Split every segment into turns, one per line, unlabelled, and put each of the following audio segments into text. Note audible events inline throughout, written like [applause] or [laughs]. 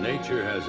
Nature has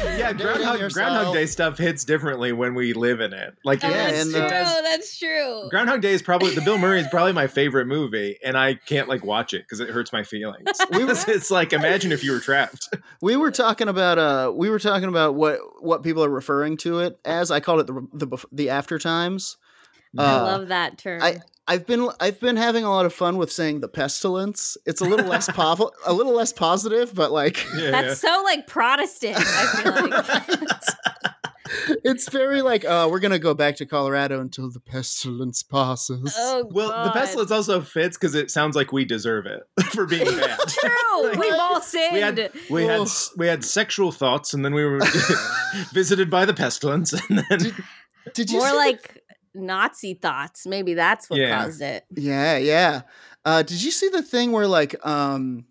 Yeah,
Do it in
Groundhog,
yourself.
Groundhog Day stuff hits differently when we live in it. Like
Yeah,
it,
and,
it
uh,
does.
Oh, that's true.
Groundhog Day is probably the Bill Murray is probably my favorite movie, and I can't like watch it because it hurts my feelings.
[laughs]
[laughs]
We were-
it's like imagine if you were
[laughs]
trapped.
We were talking about uh, we were talking about what what people are referring to it as. I called it the the, bef- the after times.
I
Uh,
love that term.
I I've been I've been having a lot of fun with saying the pestilence. It's a
[laughs]
little less pov- a little less positive, but like [laughs]
that's so like Protestant. I feel like
it's very like uh, we're gonna go back to Colorado until the pestilence passes.
oh
Well, the
God.
pestilence also fits because it sounds like we deserve it [laughs] for
[laughs]
being bad.
[laughs] True, we've all sinned.
We had we had s- we had sexual thoughts, and then we were [laughs] visited by the pestilence, [laughs] and then
Did you
More
see-
like Nazi thoughts. Maybe that's what
Yeah.
caused it.
yeah yeah? Uh, did you see the thing where like um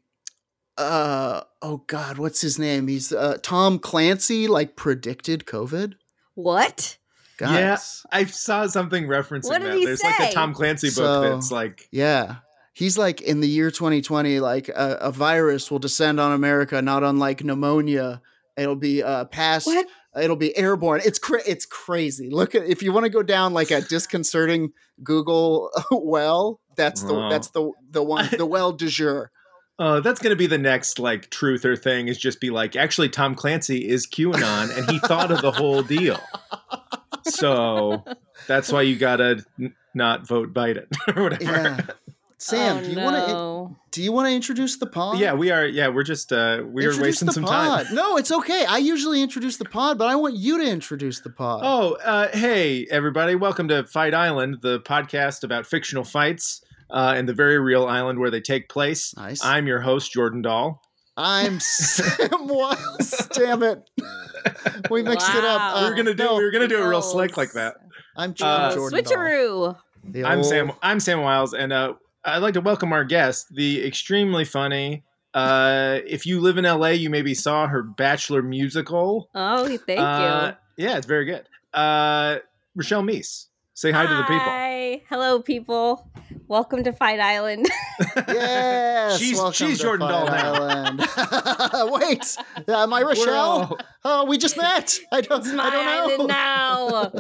uh oh god what's his name? He's uh, Tom Clancy like predicted COVID.
What?
Yeah.
Guys.
I saw something referencing
What did
that.
he
There's like
say?
a Tom Clancy book
So-
that's like
Yeah. He's like in the year 2020, like a, a virus will descend on America, not unlike pneumonia. It'll be uh, past.
What?
It'll be airborne. It's cra- it's crazy. Look at if you want to go down like a disconcerting Google [laughs] well, that's the
Wow.
that's the the one the well du jour.
Oh, that's going to be the next like truth or thing is just be like, actually, Tom Clancy is QAnon and he thought of the whole deal. So that's why you got to n- not vote Biden [laughs] or
Yeah.
whatever.
Sam,
Oh,
do you
no.
want to do you want to introduce the
Yeah.
pod?
we are. Yeah, we're just, uh, we are
Introduce
wasting
the
some
pod.
time.
No, it's okay. I usually introduce the pod, but I want you to introduce the pod.
Oh, uh, hey, everybody. Welcome to Fight Island, the podcast about fictional fights uh, and the very real island where they take place.
Nice.
I'm your host, Jordan Dahl.
I'm Sam Wiles. Damn it. We mixed it up.
Wow.
Uh,
We were gonna do.
no,
we were gonna do it real
Gross.
slick like that.
I'm Jor-
Uh,
Jordan. Dahl.
Switcheroo.
The
I'm
old-
Sam. I'm Sam Wiles, and uh, I'd like to welcome our guest, the extremely funny. Uh, if you live in LA, you maybe saw her Bachelor musical.
Oh, thank
Uh,
you.
Yeah, it's very good. Uh, Rochelle Meese, say hi, to the people.
Hi. Hello, people. Welcome to Fight Island.
Yes.
She's-
welcome
she's
to
Jordan
Fire
Dahl now.
Island. [laughs] Wait. Am I
We're,
Rochelle?
all- [laughs]
Oh, we just met. [laughs] I don't.
It's my
I don't know.
island now.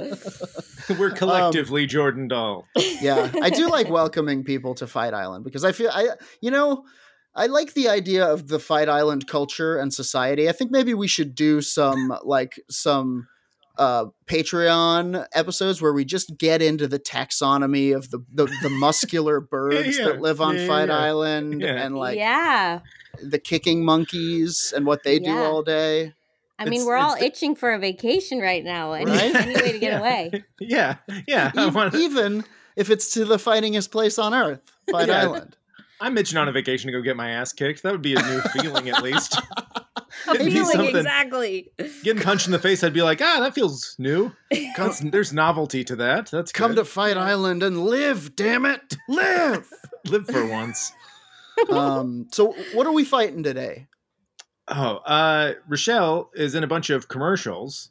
Um,
we're collectively Jordan Doll.
yeah i
[laughs]
do like welcoming people to fight island because i feel i you know i like the idea of the fight island culture and society i think maybe we should do some
[laughs]
like some uh patreon episodes where we just get into the taxonomy of the the, the muscular
[laughs]
birds
yeah,
that live on
yeah,
fight
yeah.
island
Yeah.
and [laughs] like
yeah.
the kicking monkeys and what they do
Yeah.
all day
I mean,
It's-
we're all
it's the-
itching for a vacation right now. Any,
Right?
any way to get
[laughs] Yeah.
away.
Yeah, yeah. [laughs] I
E-
wanna-
even if it's to the fightingest place on earth fight
Yeah.
island
I'm itching on a vacation to go get my ass kicked. That would be a new feeling, at
[laughs]
least.
A
It'd be
feeling,
something.
exactly.
Getting punched in the face, I'd be like, ah, that feels
[laughs]
new. That's- there's novelty to that. That's
come
good.
to fight island and live damn it live
live for once.
um so what are we fighting today
Oh, uh, Rochelle is in a bunch of commercials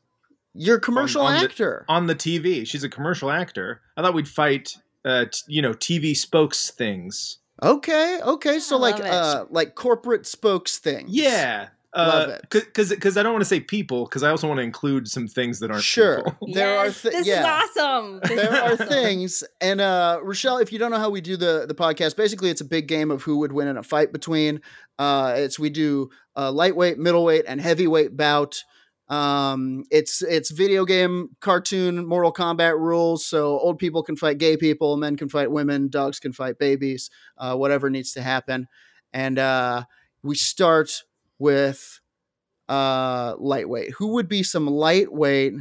you're a commercial
on the-
actor
on the TV. She's a commercial actor. I thought we'd fight, uh, t- you know, TV spokes things.
okay okay so
I
like
love it.
uh like corporate spokes things
Yeah,
Love
Uh,
it.
because because I don't want to say people because I also want to include some things that aren't
Sure.
people. [laughs]
There are
Yes,
thi-
this
yeah.
is awesome. This
there
is
are
awesome.
things and uh rochelle if you don't know how we do the the podcast basically it's a big game of who would win in a fight between uh it's we do uh lightweight middleweight and heavyweight bout um it's it's video game cartoon mortal kombat rules so old people can fight gay people men can fight women dogs can fight babies uh whatever needs to happen and uh we start with uh lightweight who would be some lightweight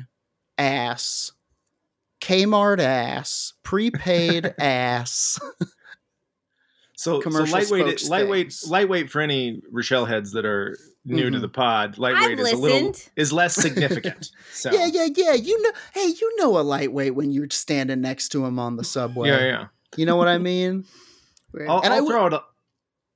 ass Kmart ass, prepaid
[laughs]
ass.
So, so
Commercial
lightweight,
spokes
lightweight,
things.
lightweight for any Rochelle heads that are new to
Mhm.
the pod.
I've
Lightweight is a little
listened.
is less
[laughs]
significant. So
Yeah, yeah, yeah. You know, hey, you know a lightweight when you're standing next to him
[laughs]
on the subway.
yeah, yeah.
You know what I mean?
Weird.
I'll,
And I
I'll
would-
throw it. a-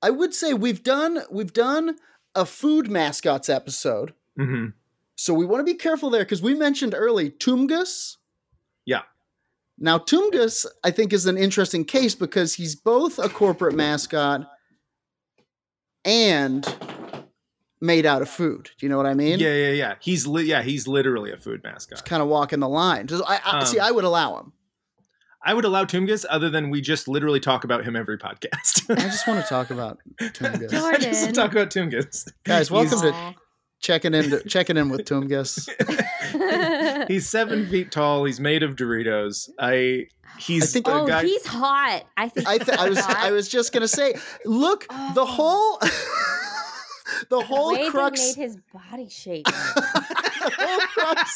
I would say we've done we've done a food mascots episode,
Mhm.
so we want to be careful there because we mentioned early Tumgus.
Yeah.
Now Tumgus, I think, is an interesting case because he's both a corporate mascot and made out of food. Do you know what I mean?
Yeah, yeah, yeah. He's li- yeah, he's literally a food mascot.
kind of walking the line. Just, I, I
Um,
see. I would allow him.
I would allow Tumgus, other than we just literally talk about him every podcast. [laughs]
I just want to talk about
[laughs]
Tumgus.
Darn.
I just
Jordan.
talk about Tumgus.
Guys, welcome to
Aw.
checking in. Checking in with Tumgus.
[laughs]
[laughs]
He's seven feet tall. He's made of Doritos. I he's
I think-
a
oh,
guy.
he's hot. I think.
I, th- I was.
hot.
I was just gonna say. Look, the
Oh.
whole, [laughs] the
The
whole
way they
crux.
made his body shake.
[laughs] the whole crux.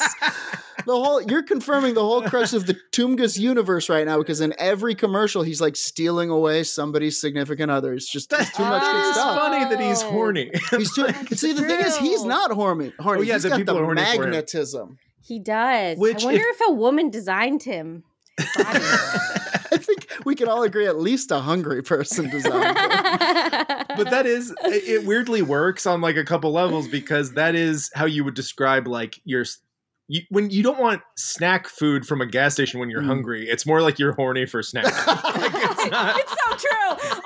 The whole. You're confirming the whole crux of the Tumgus universe right now because in every commercial he's like stealing away somebody's significant other. It's just it's too much
Oh.
good
It's
stuff.
funny that he's horny. [laughs]
He's too. See, the thing is, he's
True.
not horny. Horny.
Oh, yeah,
he's
the
got
people
the
are horny for him.
magnetism.
he does.
Which
I wonder if, a woman designed him. Body.
[laughs] I think we can all agree at least a hungry person designed
[laughs]
it.
but that is it it weirdly works on like a couple levels because that is how you would describe like your s- you, when you don't want snack food from a gas station when you're
Mm.
hungry it's more like you're horny for snack [laughs] Like,
[laughs]
it's not-
it's so true.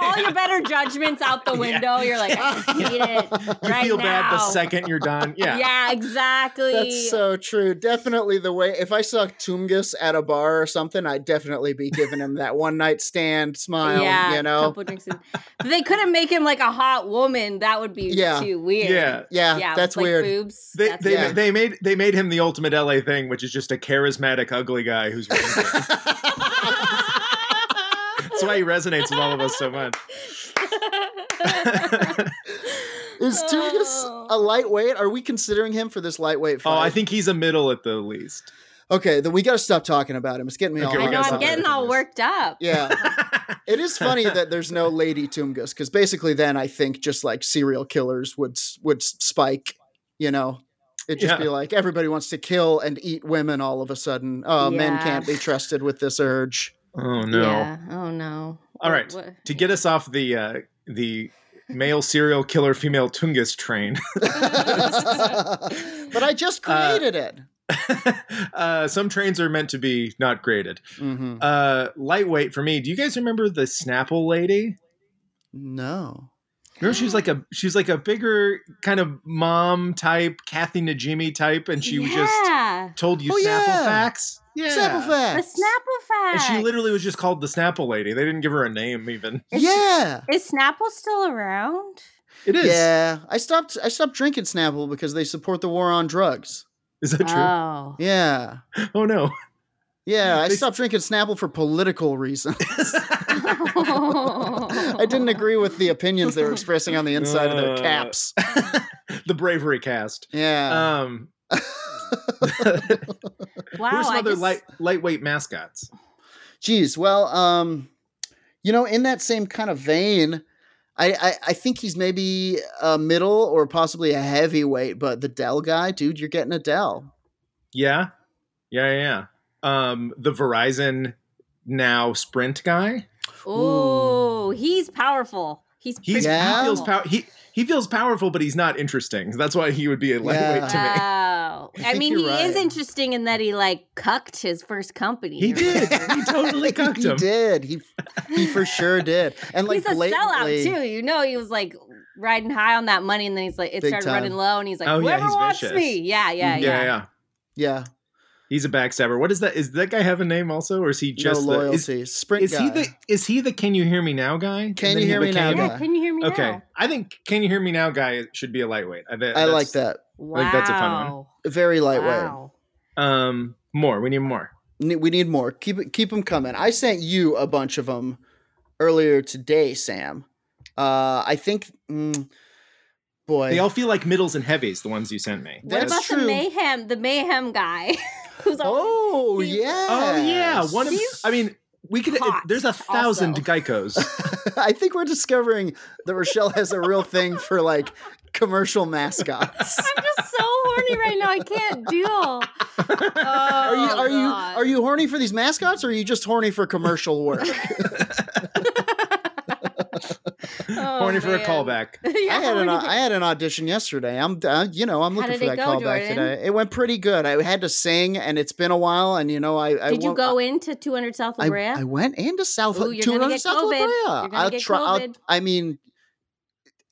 All your better judgments out the window. You're like, I just need it
you
right
feel
now.
bad the second you're done yeah,
Yeah, exactly.
That's so true. Definitely the way if I saw Tungus at a bar or something, I'd definitely be giving him that one night stand smile,
yeah,
you know.
couple drinks in. But they couldn't make him like a hot woman. That would be
Yeah.
too weird.
Yeah.
Yeah, that's
with, like,
weird.
Boobs.
They,
that's
they,
weird. [laughs]
yeah.
they [laughs] made they made him the ultimate LA thing, which is just a charismatic, ugly guy who's. That's why he resonates with all of us so much.
Is Tungus
Oh.
a lightweight? Are we considering him for this lightweight fight?
Oh, I think he's a middle at the least.
Okay, then we got to stop talking about him. It's getting me
Okay,
all
we
I know.
gotta
I'm
stop
getting
there.
all worked up.
Yeah. it
[laughs]
is funny that there's no Lady Tungus because basically then I think just like serial killers would s- would s- spike, you know. It'd just
Yeah.
be like everybody wants to kill and eat women all of a sudden. Oh, men
Yeah.
can't be trusted with
[laughs]
this urge.
Oh no.
Yeah. Oh no.
All
What-
right.
what-
to get us off the uh, the male serial killer female Tungus train. [laughs]
but I just
Uh,
created it.
uh, some trains are meant to be not graded.
Mhm.
Uh, lightweight for me. Do you guys remember the Snapple lady?
No.
Remember
[gasps]
she was like a she was like a bigger kind of mom type, Kathy Najimy type, and she was just
yeah.
told you
Oh,
Snapple
yeah.
facts. Yeah.
Snapple
the
facts.
Snapple fact.
And she literally was just called the Snapple lady. They didn't give her a name even.
Yeah.
is Snapple still around?
It is.
Yeah. I stopped I stopped drinking Snapple because they support the war on drugs.
Is that true?
Uh.
Oh.
Yeah.
oh
[laughs]
no. [laughs]
Yeah, I
They-
stopped drinking Snapple for political reasons.
[laughs]
I didn't agree with the opinions they were expressing on the inside of their
Uh.
caps.
the bravery cast.
Yeah.
Um [laughs]
[laughs]
Wow.
Who are some
I
other
just-
light, lightweight mascots?
Geez. Well, um, you know, in that same kind of vein, I, I, I think he's maybe a middle or possibly a heavyweight, but the Dell guy, dude, you're getting a Dell.
Yeah, yeah, yeah. yeah. Um, the Verizon now Sprint guy.
Ooh, he's powerful. He's pretty
He's,
Yeah.
He feels power. He he feels powerful, but he's not interesting. That's why he would be a lightweight [laughs]
Yeah.
to me.
Wow. Oh, I
think
mean,
you're
he is
right.
interesting in that he like cucked his first company.
He
or
did.
whatever.
He totally cucked
[laughs] he
[laughs]
him.
did. He he for sure did. And like
He's a sellout
blatantly,
too. You know, he was like riding high on that money, and then he's like, it
Big
started
time.
running low, and he's like,
Oh, yeah,
whoever
he's
wants
vicious. Mm,
me, yeah, yeah,
yeah,
yeah.
yeah.
Yeah,
He's a backstabber. What is that? Is that guy have a name also, or is he just
no
the, is,
loyalty. Sprint
is
guy.
he the is he the Can you hear me now guy? And
Can
then
you
he
hear me now
became-
Yeah,
guy?
can you hear me
Okay,
now?
I think Can you hear me now guy should be a lightweight. I, bet
I
that's-
like that.
Wow.
think that's a fun one.
Very lightweight.
Wow.
Um, more. We need more.
Ne- We need more. Keep it- keep them coming. I sent you a bunch of them earlier today, Sam. Uh, I think, mm, boy,
They all feel like middles and heavies. The ones you sent me.
What
That's
about
true.
the mayhem? The mayhem guy, [laughs] who's always
oh
he's-
yeah,
Oh yeah, one of.
He's
I mean, we could.
hot
There's a thousand
also. [laughs]
Geicos.
[laughs] I think we're discovering that Rochelle has a real thing for like
[laughs]
commercial
[laughs]
mascots.
I'm just so horny right now. I can't deal.
Are you
Oh,
are you
God.
are you horny for these mascots, or are you just horny for
[laughs]
commercial work?
Oh,
Horny for a
man.
callback.
[laughs] yeah,
I had an
horny
uh, au-
for-
I had an audition yesterday. I'm uh, you know I'm
How
looking
did
for
it
that
go,
callback
Jordan?
today. It went pretty good. I had to sing, and it's been a while. And you know I, I
Did you
won't-
go into 200 South La
I,
Brea?
I went into South
Ooh, you're
to
gonna
another
get
South
COVID.
La Brea.
You're gonna
I'll
get
try. I'll,
COVID.
I mean,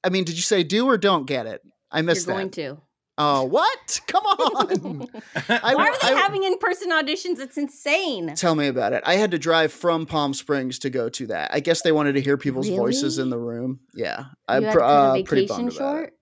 I mean, did you say do or don't get it? I
You're
missed
going [laughs]
that.
to.
Oh, what?
[laughs]
Come on!
[laughs]
I,
Why
w-
are they
I-
having in-person auditions? It's insane.
Tell me about it. I had to drive from Palm Springs to go to that. I guess they wanted to hear people's voices
Really?
in the room. Yeah,
You
I'm
had
pr-
to cut a
uh, pretty bummed about it.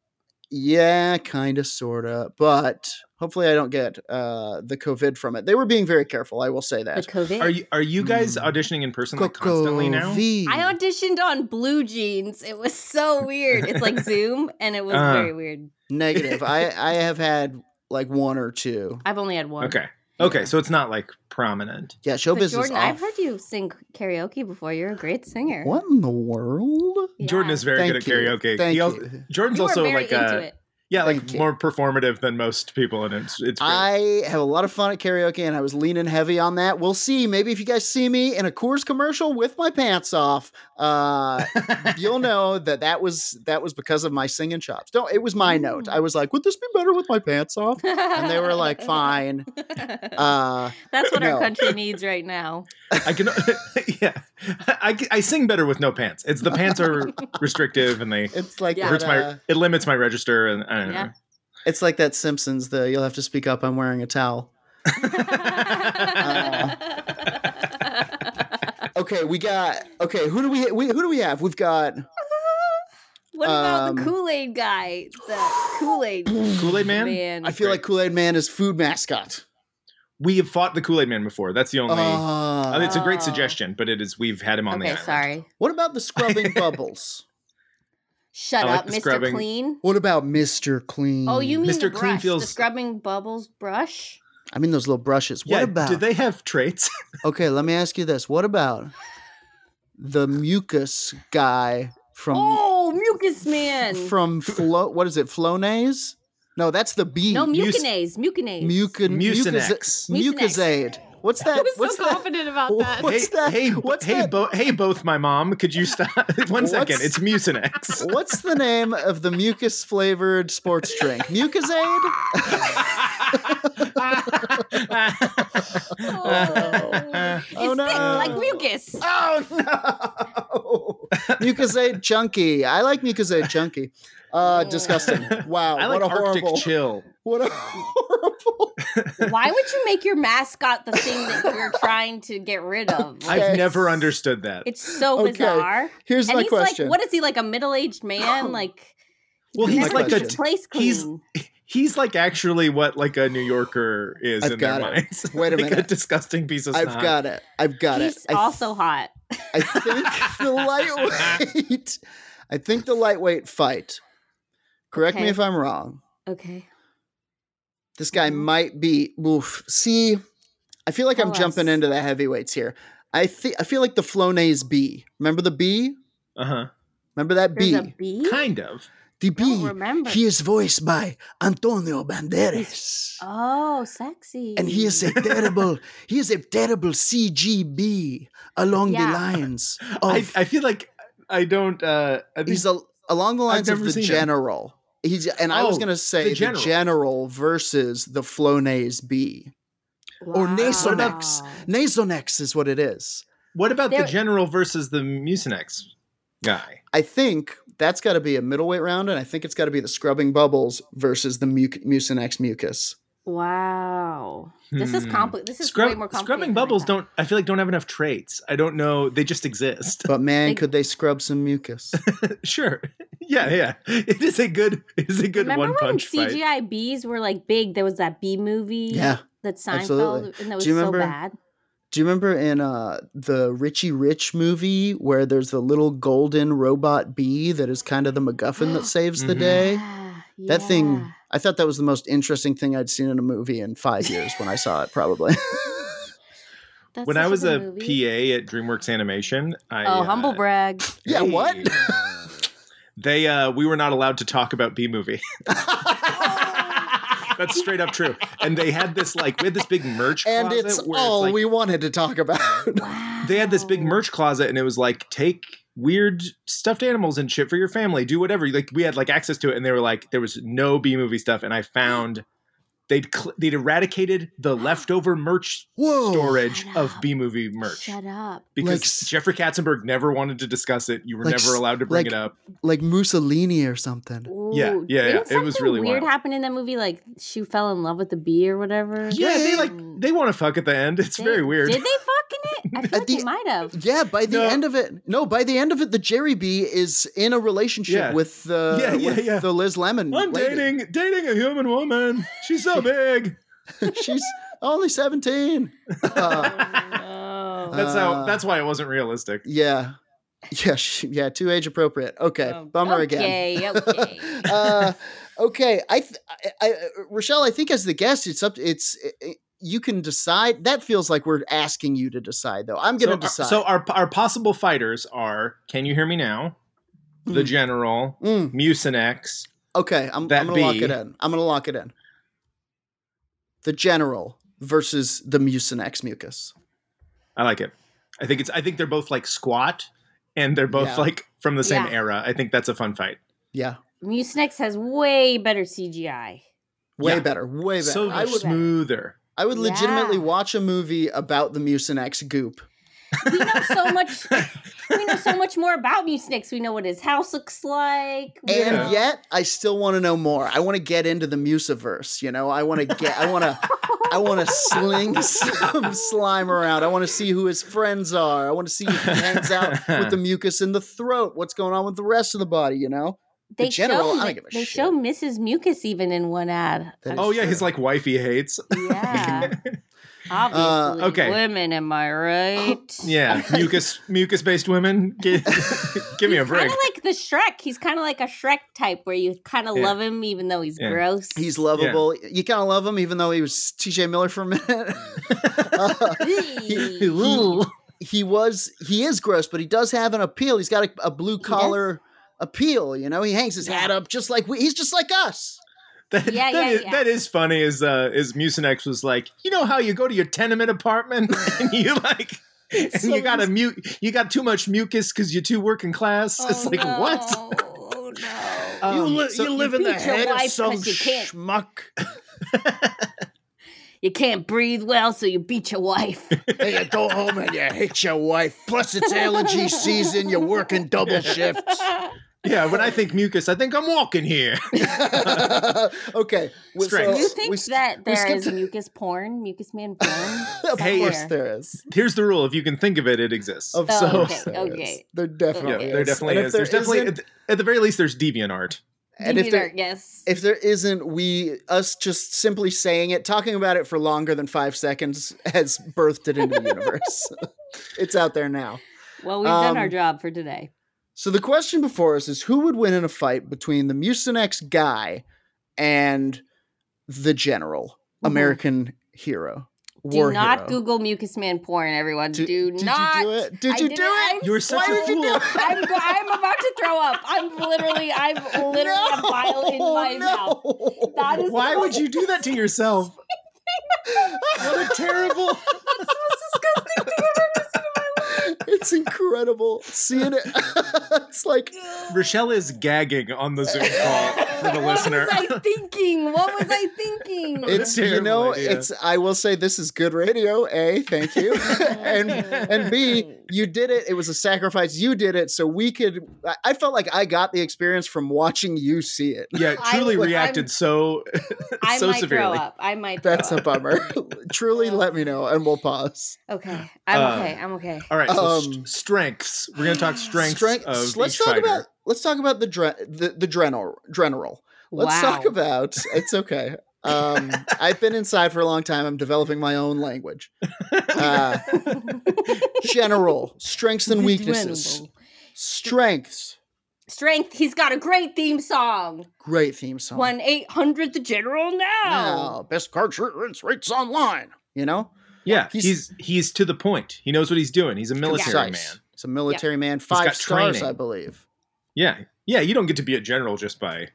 Yeah, kind of, sort of. But hopefully, I don't get uh, the COVID from it. They were being very careful. I will say
The
that.
COVID.
Are you are you guys
Hmm.
auditioning in person like constantly now?
COVID.
I auditioned on Blue Jeans. It was so weird. It's
[laughs]
like Zoom, and it was
Uh-huh.
very weird.
Negative.
[laughs]
I I have had like one or two.
I've only had one.
Okay. Okay,
Yeah.
so it's not like prominent.
Yeah, show
But
business.
Jordan, I've
off.
heard you sing karaoke before. You're a great singer.
What in the world?
Yeah.
Jordan is very
Thank
good at
you.
karaoke.
Thank
He al-
you.
Jordan's
You were
also
very
like
into
uh,
it.
yeah, like
Thank you.
more performative than most people, and it's it's. great.
I have a lot of fun at karaoke and I was leaning heavy on that. We'll see. Maybe if you guys see me in a Coors commercial with my pants off,
[laughs]
uh, you'll know that that was that was because of my singing chops. Don't it was my note. I was like, would this be better with my pants off? And
[laughs]
they were like, fine. Uh,
That's what
no.
our country needs right
[laughs]
now.
I can [laughs] yeah, I, can- I sing better with no pants. It's the
[laughs]
pants are restrictive and they
it's like
Yeah.
yeah.
hurts my it limits my register and I don't
Yeah.
know.
it's like that Simpsons. The you'll have to speak up. I'm wearing a towel. Uh,
[laughs]
Okay, we got okay. Who do we, we who do we have? We've got
what about the
Um,
Kool Aid guy? The Kool Aid
Kool Aid Man.
man.
I feel like Kool Aid Man is food mascot.
We have fought the Kool Aid Man before. That's the only. I
Ah.
mean, it's a great
Oh.
suggestion, but it is we've had him on the
okay,
island.
sorry.
What about the scrubbing
[laughs]
bubbles?
Shut
I like
up,
the
Mr.
scrubbing.
Clean.
What about Mr. Clean?
Oh, you mean the
Mr. Clean
brush, the
feels-
scrubbing bubbles brush?
I mean those little brushes.
Yeah,
what about?
do they have traits?
okay, let me ask you this. What about the mucus guy from
Oh, mucus man.
from Flo? What is it? Flonase? No, that's the bee.
no,
mus-
mucinase, mucinase.
Mucin-
Mucinex.
mucus- Mucusade. What's
[laughs] I
that?
was
What's
so
that?
confident about that.
What- What's
hey,
that-
Hey,
what's
hey,
that-
Bo- hey, both my mom. Could you stop? [laughs] One
What's-
second. It's
[laughs]
Mucinex.
What's the name of the mucus flavored sports drink? Mucusade?
[laughs]
Oh. It's
[laughs] Oh,
thick
no.
like mucus.
Oh no! Mucusade chunky. I like Mucusade chunky. Uh, disgusting. Wow,
Oh. I like
what a
Arctic
horrible,
Chill.
what a horrible.
Why would you make your mascot the thing that
[laughs]
you're trying to get rid of? Like,
Okay.
I've never understood that.
it's so
Okay.
bizarre.
Here's
and
my
he's
question. Oh.
like, what is he like? A middle-aged man? Like
Well, he's
never
like
keeps
a
his place clean.
he's- he's like actually what like a New Yorker is
I've
in their
got it.
minds.
[laughs] Wait
[laughs]
a
Like
minute.
a disgusting piece of.
I've
snot.
got it. I've got it.
he's
I,
also hot.
I think
[laughs]
the lightweight. I think the lightweight fight. Correct me
Okay.
if I'm wrong.
Okay.
This guy
Mhm.
might be. Oof. See, I feel like I'm
Tell
jumping
us.
into the heavyweights here. I think I feel like the Flonase bee. Remember the bee?
Uh huh.
Remember that
There's
bee?
a bee.
Kind of.
The
I don't
bee.
remember.
He is voiced by Antonio Banderas.
oh, sexy.
And he is a terrible, he is a terrible CGB along
Yeah.
the lines
I,
of
I feel like I don't. uh I think-
Oh. he's a, along the lines of
never
the
seen him.
general. He's and I was
Oh,
gonna say
the
the general,
general.
versus the Flonase B. Or
Wow.
Nasonex. Nasonex is what it is.
What about
There-
the general versus the Mucinex? Guy.
I think that's got to be a middleweight round, and I think it's got to be the scrubbing bubbles versus the mu- Mucinex mucus.
Wow. This is
Hmm.
compli This is way
Scrub-
more complicated.
scrubbing
than I
bubbles
thought.
don't. I feel like don't have enough traits. I don't know. They just exist. [laughs]
[laughs]
But man,
Like-
could they scrub some
[laughs]
mucus?
sure. [laughs] Yeah, yeah. It is a good. It is a good
Remember
one
when
punch
CGI
fight.
bees were like big? There was that bee movie.
yeah.
That Seinfeld,
absolutely.
and that was
you
so
remember-
bad.
Do you remember in uh, the Richie Rich movie where there's the little golden robot bee that is kind of the
[gasps]
MacGuffin that saves the
Mhm.
day?
Yeah,
That thing,
yeah.
I thought that was the most interesting thing I'd seen in a movie in five years when I saw
[laughs]
it, probably.
That's
When
such
I was
good
a
movie.
PA at DreamWorks Animation, I
Oh,
uh,
humble brag.
yeah, what?
Hey. they uh we were not allowed to talk about B
[laughs]
movie. [laughs] That's straight up true. And they had this like we had this big merch
and
closet
it's
where
all
it's, like,
we wanted to
[laughs]
talk about.
Wow.
[laughs] they had this
Oh.
big merch closet and it was like take weird stuffed animals and shit for your family do whatever like we had like access to it and they were like there was no b movie stuff and
[gasps]
i found they'd cl- they'd eradicated the leftover merch
Whoa.
storage
Shut
of
up.
b movie merch
Shut up.
because
Like s-
jeffrey katzenberg never wanted to discuss it you were
Like
never
s-
allowed to bring
like-
it up
Like Mussolini or something.
yeah,
Ooh,
yeah,
didn't
it was
something
really
weird.
wild.
Happened in that movie, like she fell in love with the bee or whatever.
yeah they like
Mm.
they want to fuck at the end it's
They-
very weird
Did they fuck in
[laughs]
it? I feel
At
like they
the-
might have.
Yeah, by the
No.
end of it, no, by the end of it, the Jerry Bee is in a relationship
Yeah.
with the
Yeah, yeah,
with
yeah.
the Liz Lemon.
[laughs] i'm
lady.
dating dating a human woman she's so big
[laughs] She's only seventeen. Uh,
Oh, no.
that's how
Uh,
that's why it wasn't realistic
yeah, yeah, she, yeah. Too age appropriate. Okay,
Oh,
bummer again.
okay,
[laughs]
Okay.
uh, okay, I, th- I, I, Rochelle, I think as the guest, it's up. It's it, you can decide. That feels like we're asking you to decide, though. I'm going to
so, uh,
decide.
so our our possible fighters are Can You Hear Me Now? The
Mm.
General,
Mm,
Mucinex.
okay, I'm, I'm
That
going to lock
bee-
it in. I'm going to lock it in. The general versus the mucinex mucus.
I like it. I think it's I think they're both like squat and they're both
Yeah.
like from the same
Yeah.
era. I think that's a fun fight.
Yeah,
Mucinex has way better CGI.
way
Yeah.
better, way better.
So
I
much
would,
would-
[laughs]
smoother.
I would legitimately
Yeah.
watch a movie about the mucinex goop.
We know
[laughs]
so much. we know so much more about Mucinex. We know what his house looks like. we
and
know-
yet I still want to know more. I want to get into the Muciverse. You know, I want to get, I want to, I want to sling [laughs] some slime around. I want to see who his friends are. I want to see if he hangs out
[laughs]
with the mucus in the throat. What's going on with the rest of the body? You know,
they
the general,
show
I don't
Mi-
give a
they
shit.
show Mrs. Mucus even in one ad.
That
Oh
is
yeah, his like wife he hates.
[laughs] Yeah. Obviously,
Uh, okay.
women, am I right?
[laughs] Yeah.
[laughs]
mucus mucus based women. Give, [laughs] give me a
Kind [laughs]
break.
of like the Shrek. He's kind of like a Shrek type where you kind of
Yeah.
love him even though he's
Yeah.
gross.
he's lovable. You kind of love him, even though he was T.J. Miller for a [laughs] minute. Uh, he-
[laughs]
he-
Ooh.
he was he is gross, but he does have an appeal. He's got a, a blue
does?
collar appeal. You know, he hangs his
Yeah.
hat up just like we. He's just like us.
That,
Yeah,
that
yeah,
is-
yeah.
that is funny. Is uh, is Mucinex was like, you know how you go to your tenement apartment
[laughs]
and you like, and
So
you got a mute, you got too much mucus because you're too working class. it's
Oh,
like what?
[laughs]
no. Oh, no.
Uh,
li- so you
live in the beat your head of wife some 'cause you can't. [laughs]
schmuck.
You can't breathe well, so you beat your wife.
and you go home and you hit your wife. Plus, it's allergy season. You're working double shifts. [laughs]
Yeah, when I think mucus, I think I'm walking here. [laughs]
okay. well,
Strength.
[laughs]
You think
we s-
that there
skipped
is
a-
mucus porn, mucus
[laughs]
man porn?
Of
Hey,
course,
if-
there is.
Here's the rule: if you can think of it, it exists.
Of
Oh,
course
okay,
[laughs] there is.
okay.
There definitely
yeah,
okay.
is.
there definitely
And
is.
if there
There's definitely,
isn't-
at the, at the very least, there's deviant art.
and if
Deviant
there-
art, yes.
if there isn't, we us just simply saying it, talking about it for longer than five seconds, has birthed it into the universe. [laughs] it's out there now.
well, we've done our
um,
job for today.
So the question before us is who would win in a fight between the Mucinex guy and the general
Mhm.
American hero?
Do
war
not
hero.
Google mucus man porn, everyone.
Did-
do
did
not.
you do it? Did
I
you
did
do
it.
it?
I'm
You're such
Why
a
did you
fool.
do it?
I'm, go- I'm about to throw up. I'm literally,
[laughs]
I'm literally a bile in my
No,
mouth.
no.
That is
Why
the
would
most-
you do that
[laughs]
to yourself? What a terrible.
That's the most disgusting thing I've ever seen in my life.
It's incredible. Seeing it, [laughs] it's like
[laughs] Rochelle is gagging on the Zoom call for the listener.
[laughs] [laughs] What was I thinking? What was I
[laughs]
thinking?
It-
it's you
terrible
know
idea.
[laughs]
[laughs]
it's. I will say this is good radio. A, thank you, and and B, you did it. It was a sacrifice. You did it, so we could. I, I felt like I got the experience from watching you see it. [laughs]
Yeah,
I-
truly
I'm-
reacted so [laughs]
I
so
might
severely.
throw up. I might. Throw
That's a
up.
bummer. [laughs] Truly, let me know, and we'll pause.
Okay, I'm
Uh,
okay. I'm okay.
All right, so s-
Um,
strengths. We're
[gasps]
gonna talk strengths
Strength-
of
s- let's
each
talk
fighter.
about let's talk about the dre- the, the general general. Let's talk
Wow.
about it's okay.
[laughs]
Um, I've been inside for a long time. I'm developing my own language.
[laughs]
Uh, general strengths and weaknesses.
Adrenaline.
Strengths.
Strength. He's got a great theme song.
Great theme song.
One oh. eight hundred. The general now.
Now, best card clearance rates online. You know,
yeah,
He's-
he's, he's to the point. He knows what he's doing. He's a military
Concise.
man.
He's a military man. Five
got
stars,
training.
I believe.
Yeah, yeah. You don't get to be a general just by.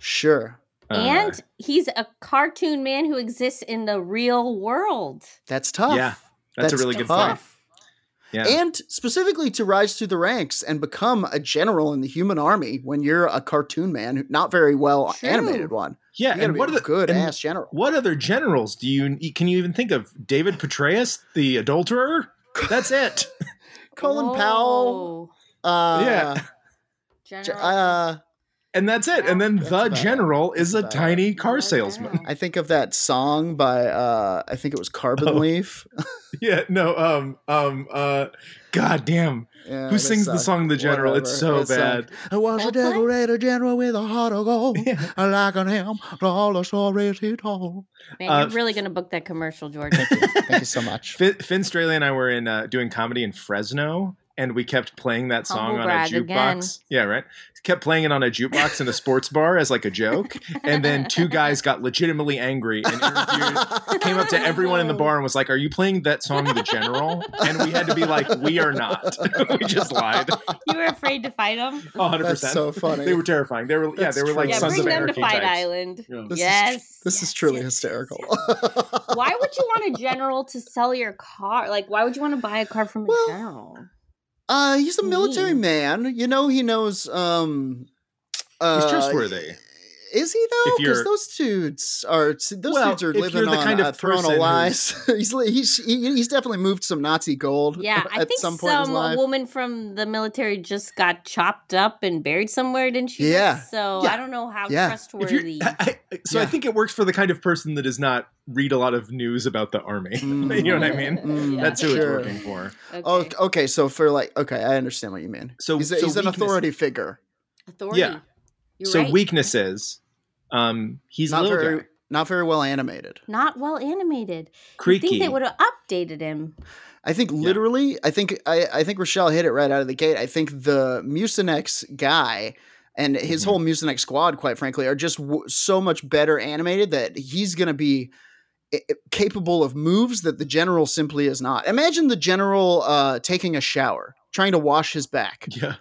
Sure.
uh,
and he's a cartoon man who exists in the real world.
That's tough.
yeah, that's, a
That's
really good
tough.
point. Yeah,
And specifically to rise through the ranks and become a general in the human army when you're a cartoon man, who- not very well
True.
animated one.
yeah.
You gotta
And
be
what are
a
the
good
and
ass general.
What other generals do you e, can you even think of? David Petraeus, the adulterer. That's it.
Colin Powell.
Whoa.
[laughs] Uh,
yeah,
J-
General.
Uh,
and that's it. And then
That's
the
about it.
general is a
That's about
tiny car
Wow.
salesman.
I think of that song by uh, I think it was
[laughs]
Carbon
Oh.
Leaf.
[laughs] Yeah, no, um, um, uh, goddamn.
Yeah,
Who
that
sings the
sucked.
song The General? It's so
Oh, Whatever. It
bad.
sucked. I was a
What?
decorator general with a heart of gold.
[laughs]
[laughs]
Yeah.
I like on him for all the stories he told.
Man,
uh,
you're really gonna book that commercial, George.
[laughs]
Thank you so [laughs] much.
Finn, Finn Straley and I were in uh, doing comedy in Fresno, and we kept playing that song
Humble
on a
brag
jukebox.
again.
Yeah, right. Kept playing it on a jukebox in a sports bar as like a joke, and then two guys got legitimately angry and interviewed. Came up to
[laughs]
everyone in the bar and was like, "Are you playing that song, The General?" And we had to be like, "We are not. [laughs] we just lied."
you were afraid to fight him.
100.
That's
percent
so funny.
They were terrifying. They were yeah.
That's
They were like
true.
Yeah,
sons
bring
of
them to
anarchy
Fight
types.
Island.
Yeah.
This is tr-
yes,
this
yes,
is truly
yes, yes,
hysterical.
yes. Why would you want a general to sell your car? Like, why would you want to buy a car from
Well,
a general?
[laughs] Uh, he's a military
Mean.
man. You know, he knows. Um,
Mm-hmm.
uh,
He's trustworthy.
Is he though?
If
Because
you're-
those dudes are those
Well,
dudes are
if you're
living
the
on
kind of
a throne of
person
lies. [laughs] he's, li- he's he- he's definitely moved some Nazi gold.
[laughs]
Yeah, I
at
think
some
some,
point in his life.
woman from the military just got chopped up and buried somewhere, didn't she?
Yeah.
So
Yeah.
I don't know how
Yeah.
If you're- [laughs]
trustworthy.
I- I- so I
Yeah.
think it works for the kind of person that does not read a lot of news about the army. you know what I mean?
Mm,
Yeah.
[laughs] That's who
Sure.
it's working for.
Okay.
Mm-hmm. Oh, okay. So for like, okay, I understand what you mean.
So-
he's, a,
so
he's an
weakness-
authority figure,
Authority.
yeah.
You're
so
right.
weaknesses. Um, he's a
not
little
very,
guy.
not very well animated.
Not well animated. You'd
creaky.
think they would have updated him.
I think literally, I think I, I think Rochelle hit it right out of the gate. I think the Mucinex guy and his
Mhm.
whole Mucinex squad, quite frankly, are just w- so much better animated that he's going to be i- i- capable of moves that the general simply is not. Imagine the general uh, taking a shower, trying to wash his back.
[laughs]
[laughs]
yeah.